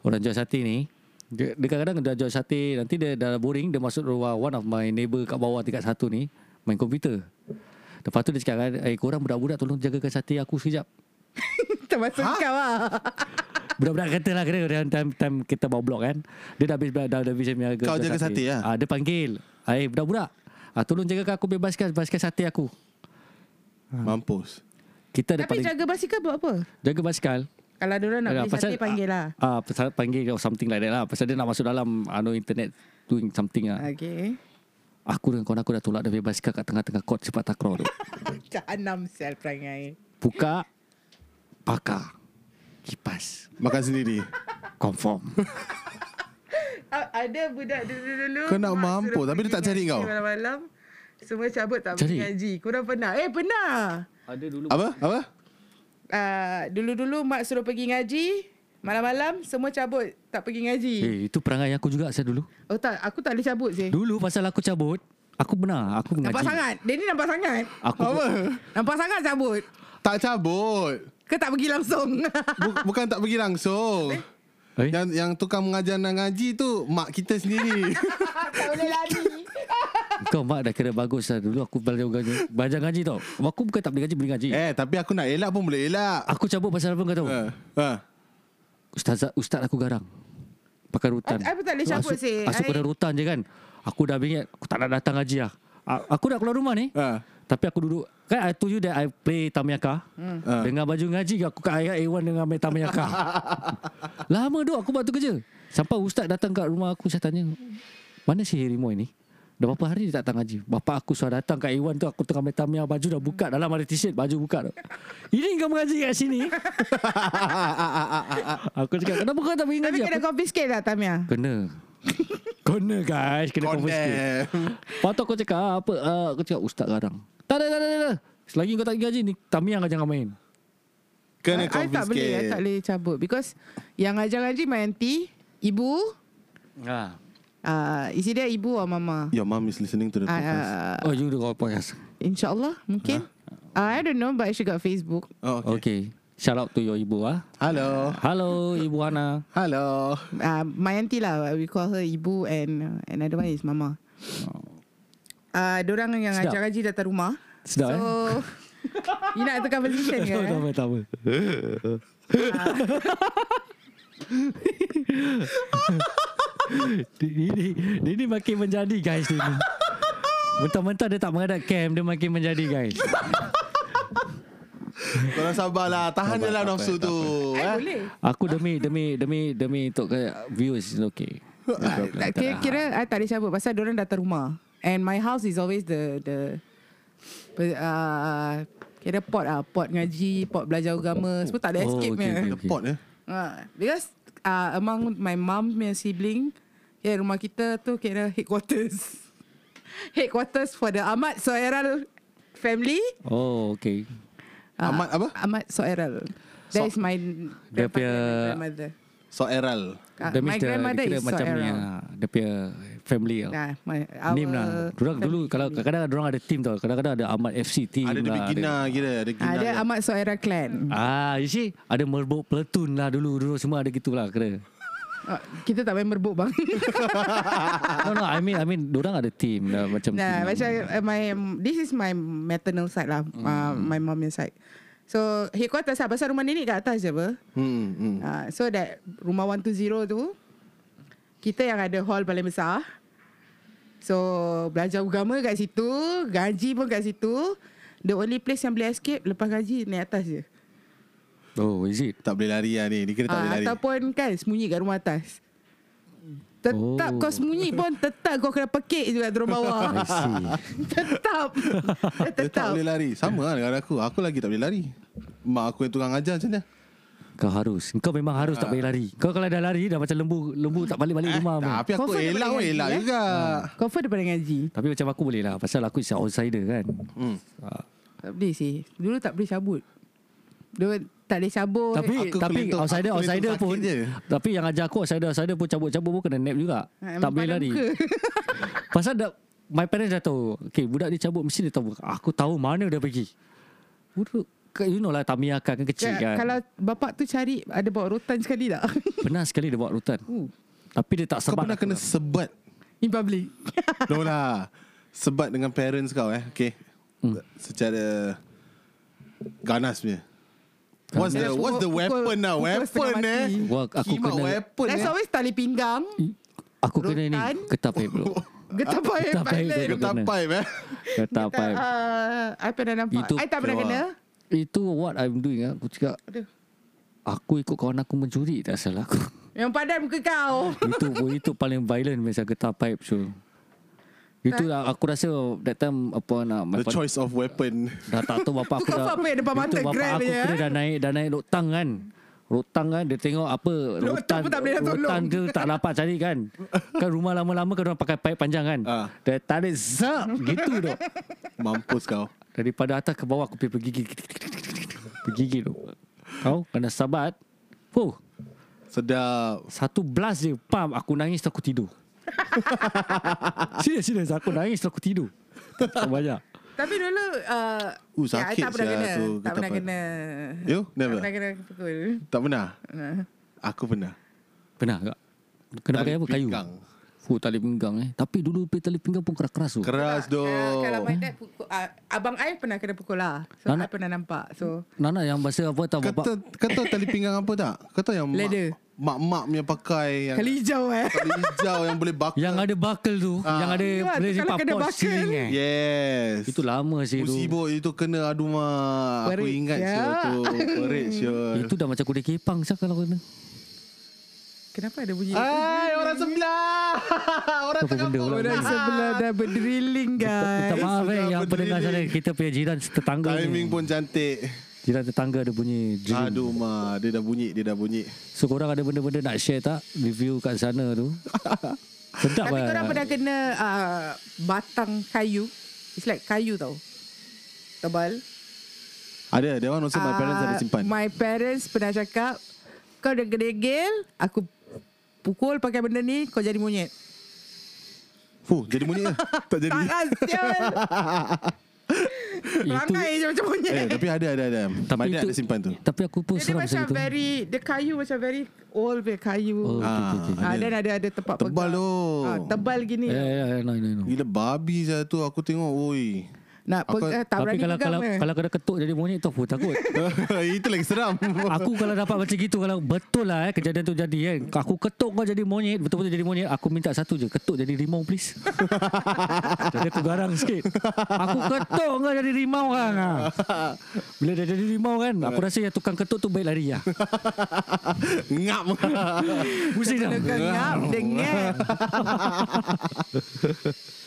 Orang jual sate ni dia, dia kadang-kadang dia jual sate Nanti dia dah boring Dia masuk rumah One of my neighbour kat bawah tingkat satu ni Main komputer Lepas tu dia cakap kan, Eh korang budak-budak tolong jagakan sate aku sekejap
Termasuk kau lah.
Budak-budak kata lah kena dalam time, time kita bawa blog kan Dia dah habis Dah, dah habis jaga
Kau jaga sate lah?
ah, Dia panggil Eh budak-budak ah, Tolong jagakan aku bebaskan Bebaskan sate aku
mampus
Kita ada
Tapi
paling
jaga basikal buat apa?
Jaga basikal
Kalau dia orang nak
Yalah,
beli sate panggil lah.
Ah, ah, pasal panggil or something like that lah. Pasal dia nak masuk dalam anu internet doing something lah.
Okay.
Aku dengan kawan aku dah tolak dia punya basikal kat tengah-tengah court sepak takraw tu.
Jahanam sel perangai.
Buka, pakar, kipas,
Makan sendiri
confirm.
A- Ada budak dulu-dulu
Kau nak
mak
mampus,
suruh
tapi dia
pergi
tak cari
ngaji
kau?
Malam-malam Semua cabut tak
Cari?
pergi ngaji Korang pernah Eh pernah
Ada dulu.
Apa? Apa?
Ah, Dulu-dulu mak suruh pergi ngaji Malam-malam semua cabut tak pergi ngaji
Eh, itu perangai aku juga saya dulu.
Oh tak aku tak boleh cabut je
Dulu pasal aku cabut, aku benar, aku mengaji.
Nampak sangat Dia ni nampak sangat
Aku
Apa?
Nampak sangat cabut
Tak cabut
Ke tak pergi langsung
Bu- Bukan tak pergi langsung
eh?
Yang yang tukang mengajar dan ngaji tu Mak kita sendiri
Tak boleh lari
Kau mak dah kira bagus lah Dulu aku belajar ngaji Belajar ngaji tau Aku bukan tak boleh ngaji Boleh ngaji
Eh tapi aku nak elak Eh, pun boleh elak
Eh.
Oh. Aku cabut pasal apa kau tahu
Ha. Ha.
Ustazah, Ustaz aku garang Pakar rutan
I- I pun tak boleh
Tu
cabut,
Asuk,
seh.
asuk
I-
kena rutan je kan Aku dah bingit Aku tak nak datang haji lah A- Aku dah keluar rumah ni
Ha.
Tapi aku duduk Kan I told you that I play Tamiyaka
Ah.
Dengan baju ngaji Aku kat ayat A1 dengan main Tamiyaka Lama duk aku buat tu kerja Sampai ustaz datang kat rumah aku Saya tanya Mana si Herimoy ni Dah berapa hari dia tak datang haji Bapak aku sudah datang kat A1 tu Aku tengah main Tamiya Baju dah buka Dalam ada t-shirt Baju buka tu Ini kau mengaji kat sini Aku cakap Kenapa kau tak pergi
Tapi
ngaji
kena
Aku-
confiscate lah Tamia.
Kena Kena guys Kena confiscate
Condemn.
Lepas tu aku cakap apa uh, Aku cakap ustaz kadang Tak ada tak ada tak ada Selagi kau tak pergi haji ni Tamiya kau jangan main
Kena
I, I tak boleh, I tak
confiscate.
boleh cabut because yang ngajar ngaji my auntie, ibu,
ha.
uh, is it there ibu or mama?
Your mom is listening to the podcast.
Uh,
Oh you do call podcast
InsyaAllah mungkin. Uh, I don't know but she got Facebook.
Oh, okay.
okay. okay Shout out to your ibu ah.
Hello.
Hello Ibu Hana
Hello.
Uh, my auntie lah we call her ibu and uh, another one is mama. Uh, dorang yang
Oh. Sedap.
ngajar ngaji datang rumah.
Sedap, eh?
so, you nak tukar position eh? ke?
Tak apa tak apa Ini Dia ni makin menjadi guys dia ni Mentah-mentah dia tak menghadap cam Dia makin menjadi guys
Korang sabarlah. Tahan je lah nafsu tu.
I
eh.
boleh.
Aku demi Demi Demi Demi untuk kayak Viewers is okay
Tak, kira, kira I tak boleh cabut Pasal diorang datang rumah And my house is always the the pe- uh, Kira pot lah Pot ngaji Pot belajar agama Semua tak ada
Oh,
escape
okay,
punya
okay.
The pot eh.
uh, Because uh, Among my mom punya sibling Kira rumah kita tu Kira headquarters Headquarters for the Ahmad Soeral family
Oh okay
Ah.
Ahmad apa?
Ahmad Soeral
So-
That is my
Dia
grandfather and
punya-
grandmother
Soeral.
Ah,
That
My
means the-
grandmother
dia
is
kira macam ni
Soeral
ah, Dia punya family lah
Nah, my,
Name lah Diorang dulu Kalau kadang-kadang Diorang ada team tau Kadang-kadang ada Ahmad FC team
Ada the
lah
beginner kira. Ada beginner.
Ada Ah, Ahmad Soera Clan.
Ah, you see Ada merbuk platoon lah dulu Dulu semua ada gitulah kira
Ah, kita tak main merbuk bang.
No no I mean I mean Diorang ada team lah Macam
nah,
team.
macam uh, my this is my maternal side lah,
Hmm.
uh, my mom punya side. So headquarters lah Pasal rumah nenek kat atas je apa
Hmm, hmm.
uh, So that Rumah 120 tu Kita yang ada hall paling besar So Belajar agama kat situ Gaji pun kat situ The only place yang boleh escape Lepas gaji naik atas je
Oh is it
Tak boleh lari lah ni. Ni kira tak boleh
Ah,
lari.
ataupun kan sembunyi kat rumah atas. Tetap
Oh.
oh. kau sembunyi pun tetap kau kena pekik juga turun bawah.
I see
tetap.
Dia tak
tetap.
boleh lari. Sama lah dengan aku. Aku lagi tak boleh lari. Mak aku yang tukang ajar macam mana?
Kau harus Kau memang harus tak boleh lari Kau kalau dah lari Dah macam lembu Lembu
Ah,
tak balik-balik rumah pun.
Tapi aku
Confirm dia
elak
boleh
pun
lari,
elak
eh?
juga.
Confirm daripada ngaji.
Tapi macam aku boleh lah Pasal aku is an outsider kan
Hmm.
Ah,
Tak boleh sih. Dulu tak boleh cabut. Dulu tak boleh cabut.
Tapi
aku
tapi
kelentuk-
outsider
aku kelentuk
outsider
sakit
pun
je.
tapi yang ajar aku outsider outsider pun cabut-cabut pun kena nap juga.
Ah,
tak boleh
pandang
lari.
muka.
Pasal dah my parents dah tahu. Okay, budak ni cabut mesti dia tahu. Aku tahu mana dia pergi. Budak You know lah Tamiya kan, kan kecil
Ka-
kan
Kalau bapak tu cari ada bawa rotan sekali tak?
Pernah sekali dia buat rutan
Ooh.
Tapi dia tak
Kau
sebat
pernah
aku
kena
lah.
sebat.
In public.
No lah. Sebat dengan parents kau eh. Okay.
Hmm.
Secara ganas punya. What's the
Ganas.
what's the
Pukul-
weapon now?
pukul
Weapon
setengah
eh.
mati.
Wah, aku
Kimak
kena-
weapon
That's
eh.
always tali pinggang.
Aku kena ni eh,
Rutan.
Getah pipe dulu
Getah paip.
Getah paip,
balik.
getah
Getah
Kena.
pipe eh.
Getah
Tak,
pipe
uh, I pernah nampak.
Itu-
I tak pernah kena.
eh. Itu what I'm doing ah. Aku cakap
Aduh.
Aku ikut kawan aku mencuri Tak salah aku
Yang padan muka kau.
itu itu paling violent Macam getah pipe so. Itu lah aku rasa That time Apa nak my
The
father-
choice of weapon.
Dah tak tahu bapak aku
Tukar
dah
apa yang depan mata,
Itu bapak
grab
aku
je,
kena
eh?
dah naik Dah naik lotang kan Lotang kan Dia tengok apa
Lotang
Rotan
pun tak boleh nak tolong.
Rotan dia tak dapat cari kan Kan rumah lama-lama Kan orang pakai pipe panjang kan
Ah.
Dia tarik zap Gitu dok
Mampus kau.
Daripada atas ke bawah Aku pergi pergi Pergi tu Kau kena sabat Oh
Sedap.
Satu blast je Pam Aku nangis terus aku tidur Serius serius Aku nangis terus aku tidur Tak banyak
Tapi dulu uh,
Uh,
ya,
sakit
I tak pernah
sia
kena.
tu
tak pernah
ketapan.
kena.
You?
Tak
Never?
pernah kena pukul.
Tak pernah?
Nah.
Aku pernah.
Pernah tak? Kena
Tali
pakai apa? Kayu
pinggang.
Oh tali pinggang eh Tapi dulu pakai tali pinggang pun keras-keras tu
Keras doh.
Ah, kalau my dad pukul, uh, abang I pernah kena pukul lah. So,
Anak-
I pernah nampak. So,
Nana yang bahasa apa tau
Kau
bapak
tahu, kau tahu tali pinggang apa tak? Kau tahu yang
Leather.
mak, mak-mak punya pakai yang
Kali hijau eh.
kali hijau yang boleh bakar.
Yang ada buckle tu
Ah.
Yang ada
Ya,
Boleh
tu kalau
simpan
kena
pot
buckle.
siling eh
Yes.
Itu lama sih tu
Musibot itu kena aduh mak. Aku
Perit,
ingat
ya.
sure tu. Perit sure.
Itu dah macam kuda kepang Saya kalau kena
Kenapa ada bunyi?
Hai orang sebelah. orang
Apa
tengah
benda
pun.
orang
Orang sebelah dah berdrilling
Minta
guys.
maaf eh
sudah
Yang pendengar sana
berdiri.
Kita punya jiran tetangga
Timing
ni
pun cantik.
Jiran tetangga ada bunyi drum.
Aduh ma, dia dah bunyi, dia dah bunyi.
So korang ada benda-benda nak share tak Review kat sana tu Sedap
Tapi
lah.
korang pernah kena uh, batang kayu. It's like kayu tau. Tebal.
Ada, that one also my parents
Ah,
ada simpan.
My parents pernah cakap, kau dah gedegil, aku pukul pakai benda ni, kau jadi monyet.
Fuh, jadi bunyi ke? tak jadi.
Tak lah, sial. Perangai je macam monyet.
Eh, tapi ada, ada, ada. Tapi my dad ada simpan tu.
Tapi aku pun
Jadi
seram
macam
macam tu
very, the kayu macam very old punya kayu.
Oh, okay, okay, okay.
Ah, dan ada ada tempat
Tebal tu.
Ah, tebal gini.
Ya ya ya no, no, no.
Gila babi saya tu aku tengok oi.
Nak
Aku-
pe- eh, tak
Tapi
berani
kalau
pegang
kalau
eh.
kalau kena ketuk jadi monyet tu aku takut.
itu lagi seram.
Aku kalau dapat macam gitu kalau betul lah eh, kejadian tu jadi kan. Aku ketuk kau jadi monyet, betul-betul jadi monyet. Aku minta satu je, ketuk jadi rimau please. jadi aku garang sikit. Aku ketuk kau jadi rimau kan. ah. Bila dia jadi rimau kan, aku rasa yang tukang ketuk tu baik lari ya.
Ngap.
Pusing dah.
Kau ngap, dia ngap.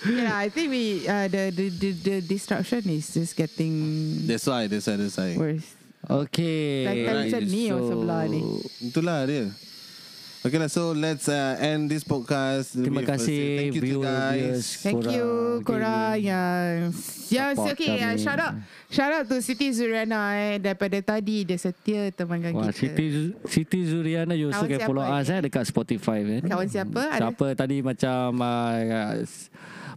yeah, I think we uh, the, the the the disruption is just getting
that's why, that's why, that's why.
worse.
Okay.
Tak- tak macam ni orang sebelah ni.
Itulah dia. Okay lah, so let's uh, end this podcast.
Terima
with a say
kasih
Thank you to guys.
viewers.
Thank
korang.
you korang yang yang
support
okay ya
kami.
shout out shout out to Siti Zuriana eh daripada tadi dia setia temankan kita.
Wah, Siti, Zu- Siti Zuriana you also
Kawan
can
siapa
follow
ni?
us eh, dekat Spotify kan.
Kawan siapa? Ada-
Siapa tadi macam uh, s-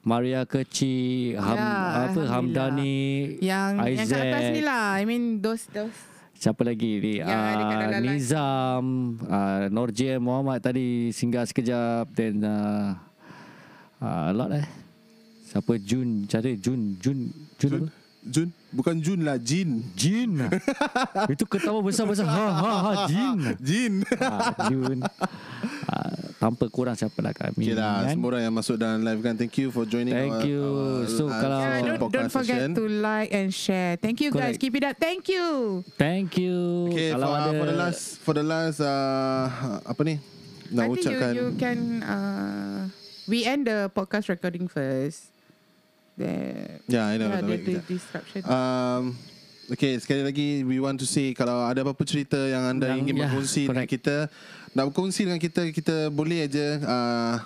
Maria Kecil, Ham,
Ya,
apa
Alhamdulillah.
Hamdani,
yang
Isaac,
yang kat atas ni lah. I mean those those
siapa lagi ni?
Yang ada kat
Uh,
dalam live.
Nizam, uh, Nur J. Muhammad tadi singgah sekejap then uh, uh, a lot eh. Siapa Jun? Cari Jun, Jun, Jun.
Jun,
Jun.
Jun, bukan Jun lah, Jin.
Jin. Itu ketawa besar-besar. Ha ha ha Jin.
Jin.
Ah, Jun. Ah, tanpa kurang siapalah kami.
Okay lah,
kan?
semua orang yang masuk dalam live kan. Thank you for joining. our,
Thank you.
Our, uh,
So, kalau-
yeah, don't, don't
podcast
forget to like and share. Thank you guys.
Correct.
Keep it up. Thank you.
Thank you.
Okay, for, uh, for the last, for the last, uh, apa ni? Nak
I think
ucapkan.
you, you can uh, we end the podcast recording first. The
Yeah, I know.
yeah,
Yeah,
the, the disruption.
Um, okay, sekali lagi we want to say kalau ada apa-apa cerita yang anda
Yang-
yang, ingin
yeah,
berkongsi dengan
correct.
kita, nak berkongsi dengan kita, kita boleh aja uh,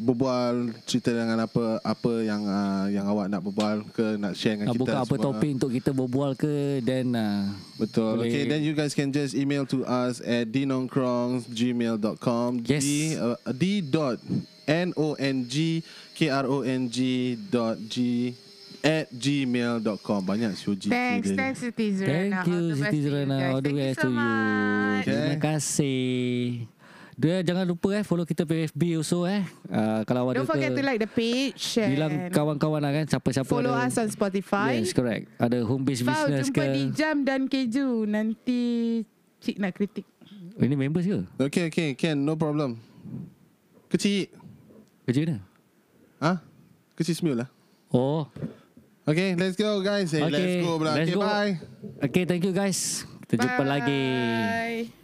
berbual cerita dengan apa apa yang uh, yang awak nak berbual ke nak share dengan
Nak
kita.
buka apa
semua.
topik untuk kita berbual ke Then uh,
Betul.
Boleh.
Okay, then you guys can just email to us at dinongkrongs@gmail.com.
Yes.
D, uh, D dot N O N G K R O N G dot G at gmail.com. Banyak siu G.
Thanks,
dia ni.
thanks, Siti
Thank
Zurana.
you Siti Zurana All the way to you
Okay.
Terima kasih Dia jangan lupa eh Follow kita di FB also eh uh, Kalau awak
Don't
ada
forget
ke-
to like the page.
Bilang
and
kawan-kawan lah kan Siapa-siapa
Follow
ada,
us on Spotify.
Yes correct Ada home based
Fau,
business
jumpa
ke
di Jam dan Keju. Nanti Cik nak kritik.
oh, Ini members ke
Okay, okay, can. No problem. Kecil.
Kerja mana
Ha? Kecil sembilan lah.
Oh
Okay, let's go guys. Hey, let's go pula.
let's
okay,
go.
bye.
Okay thank you guys Kita jumpa lagi
Bye.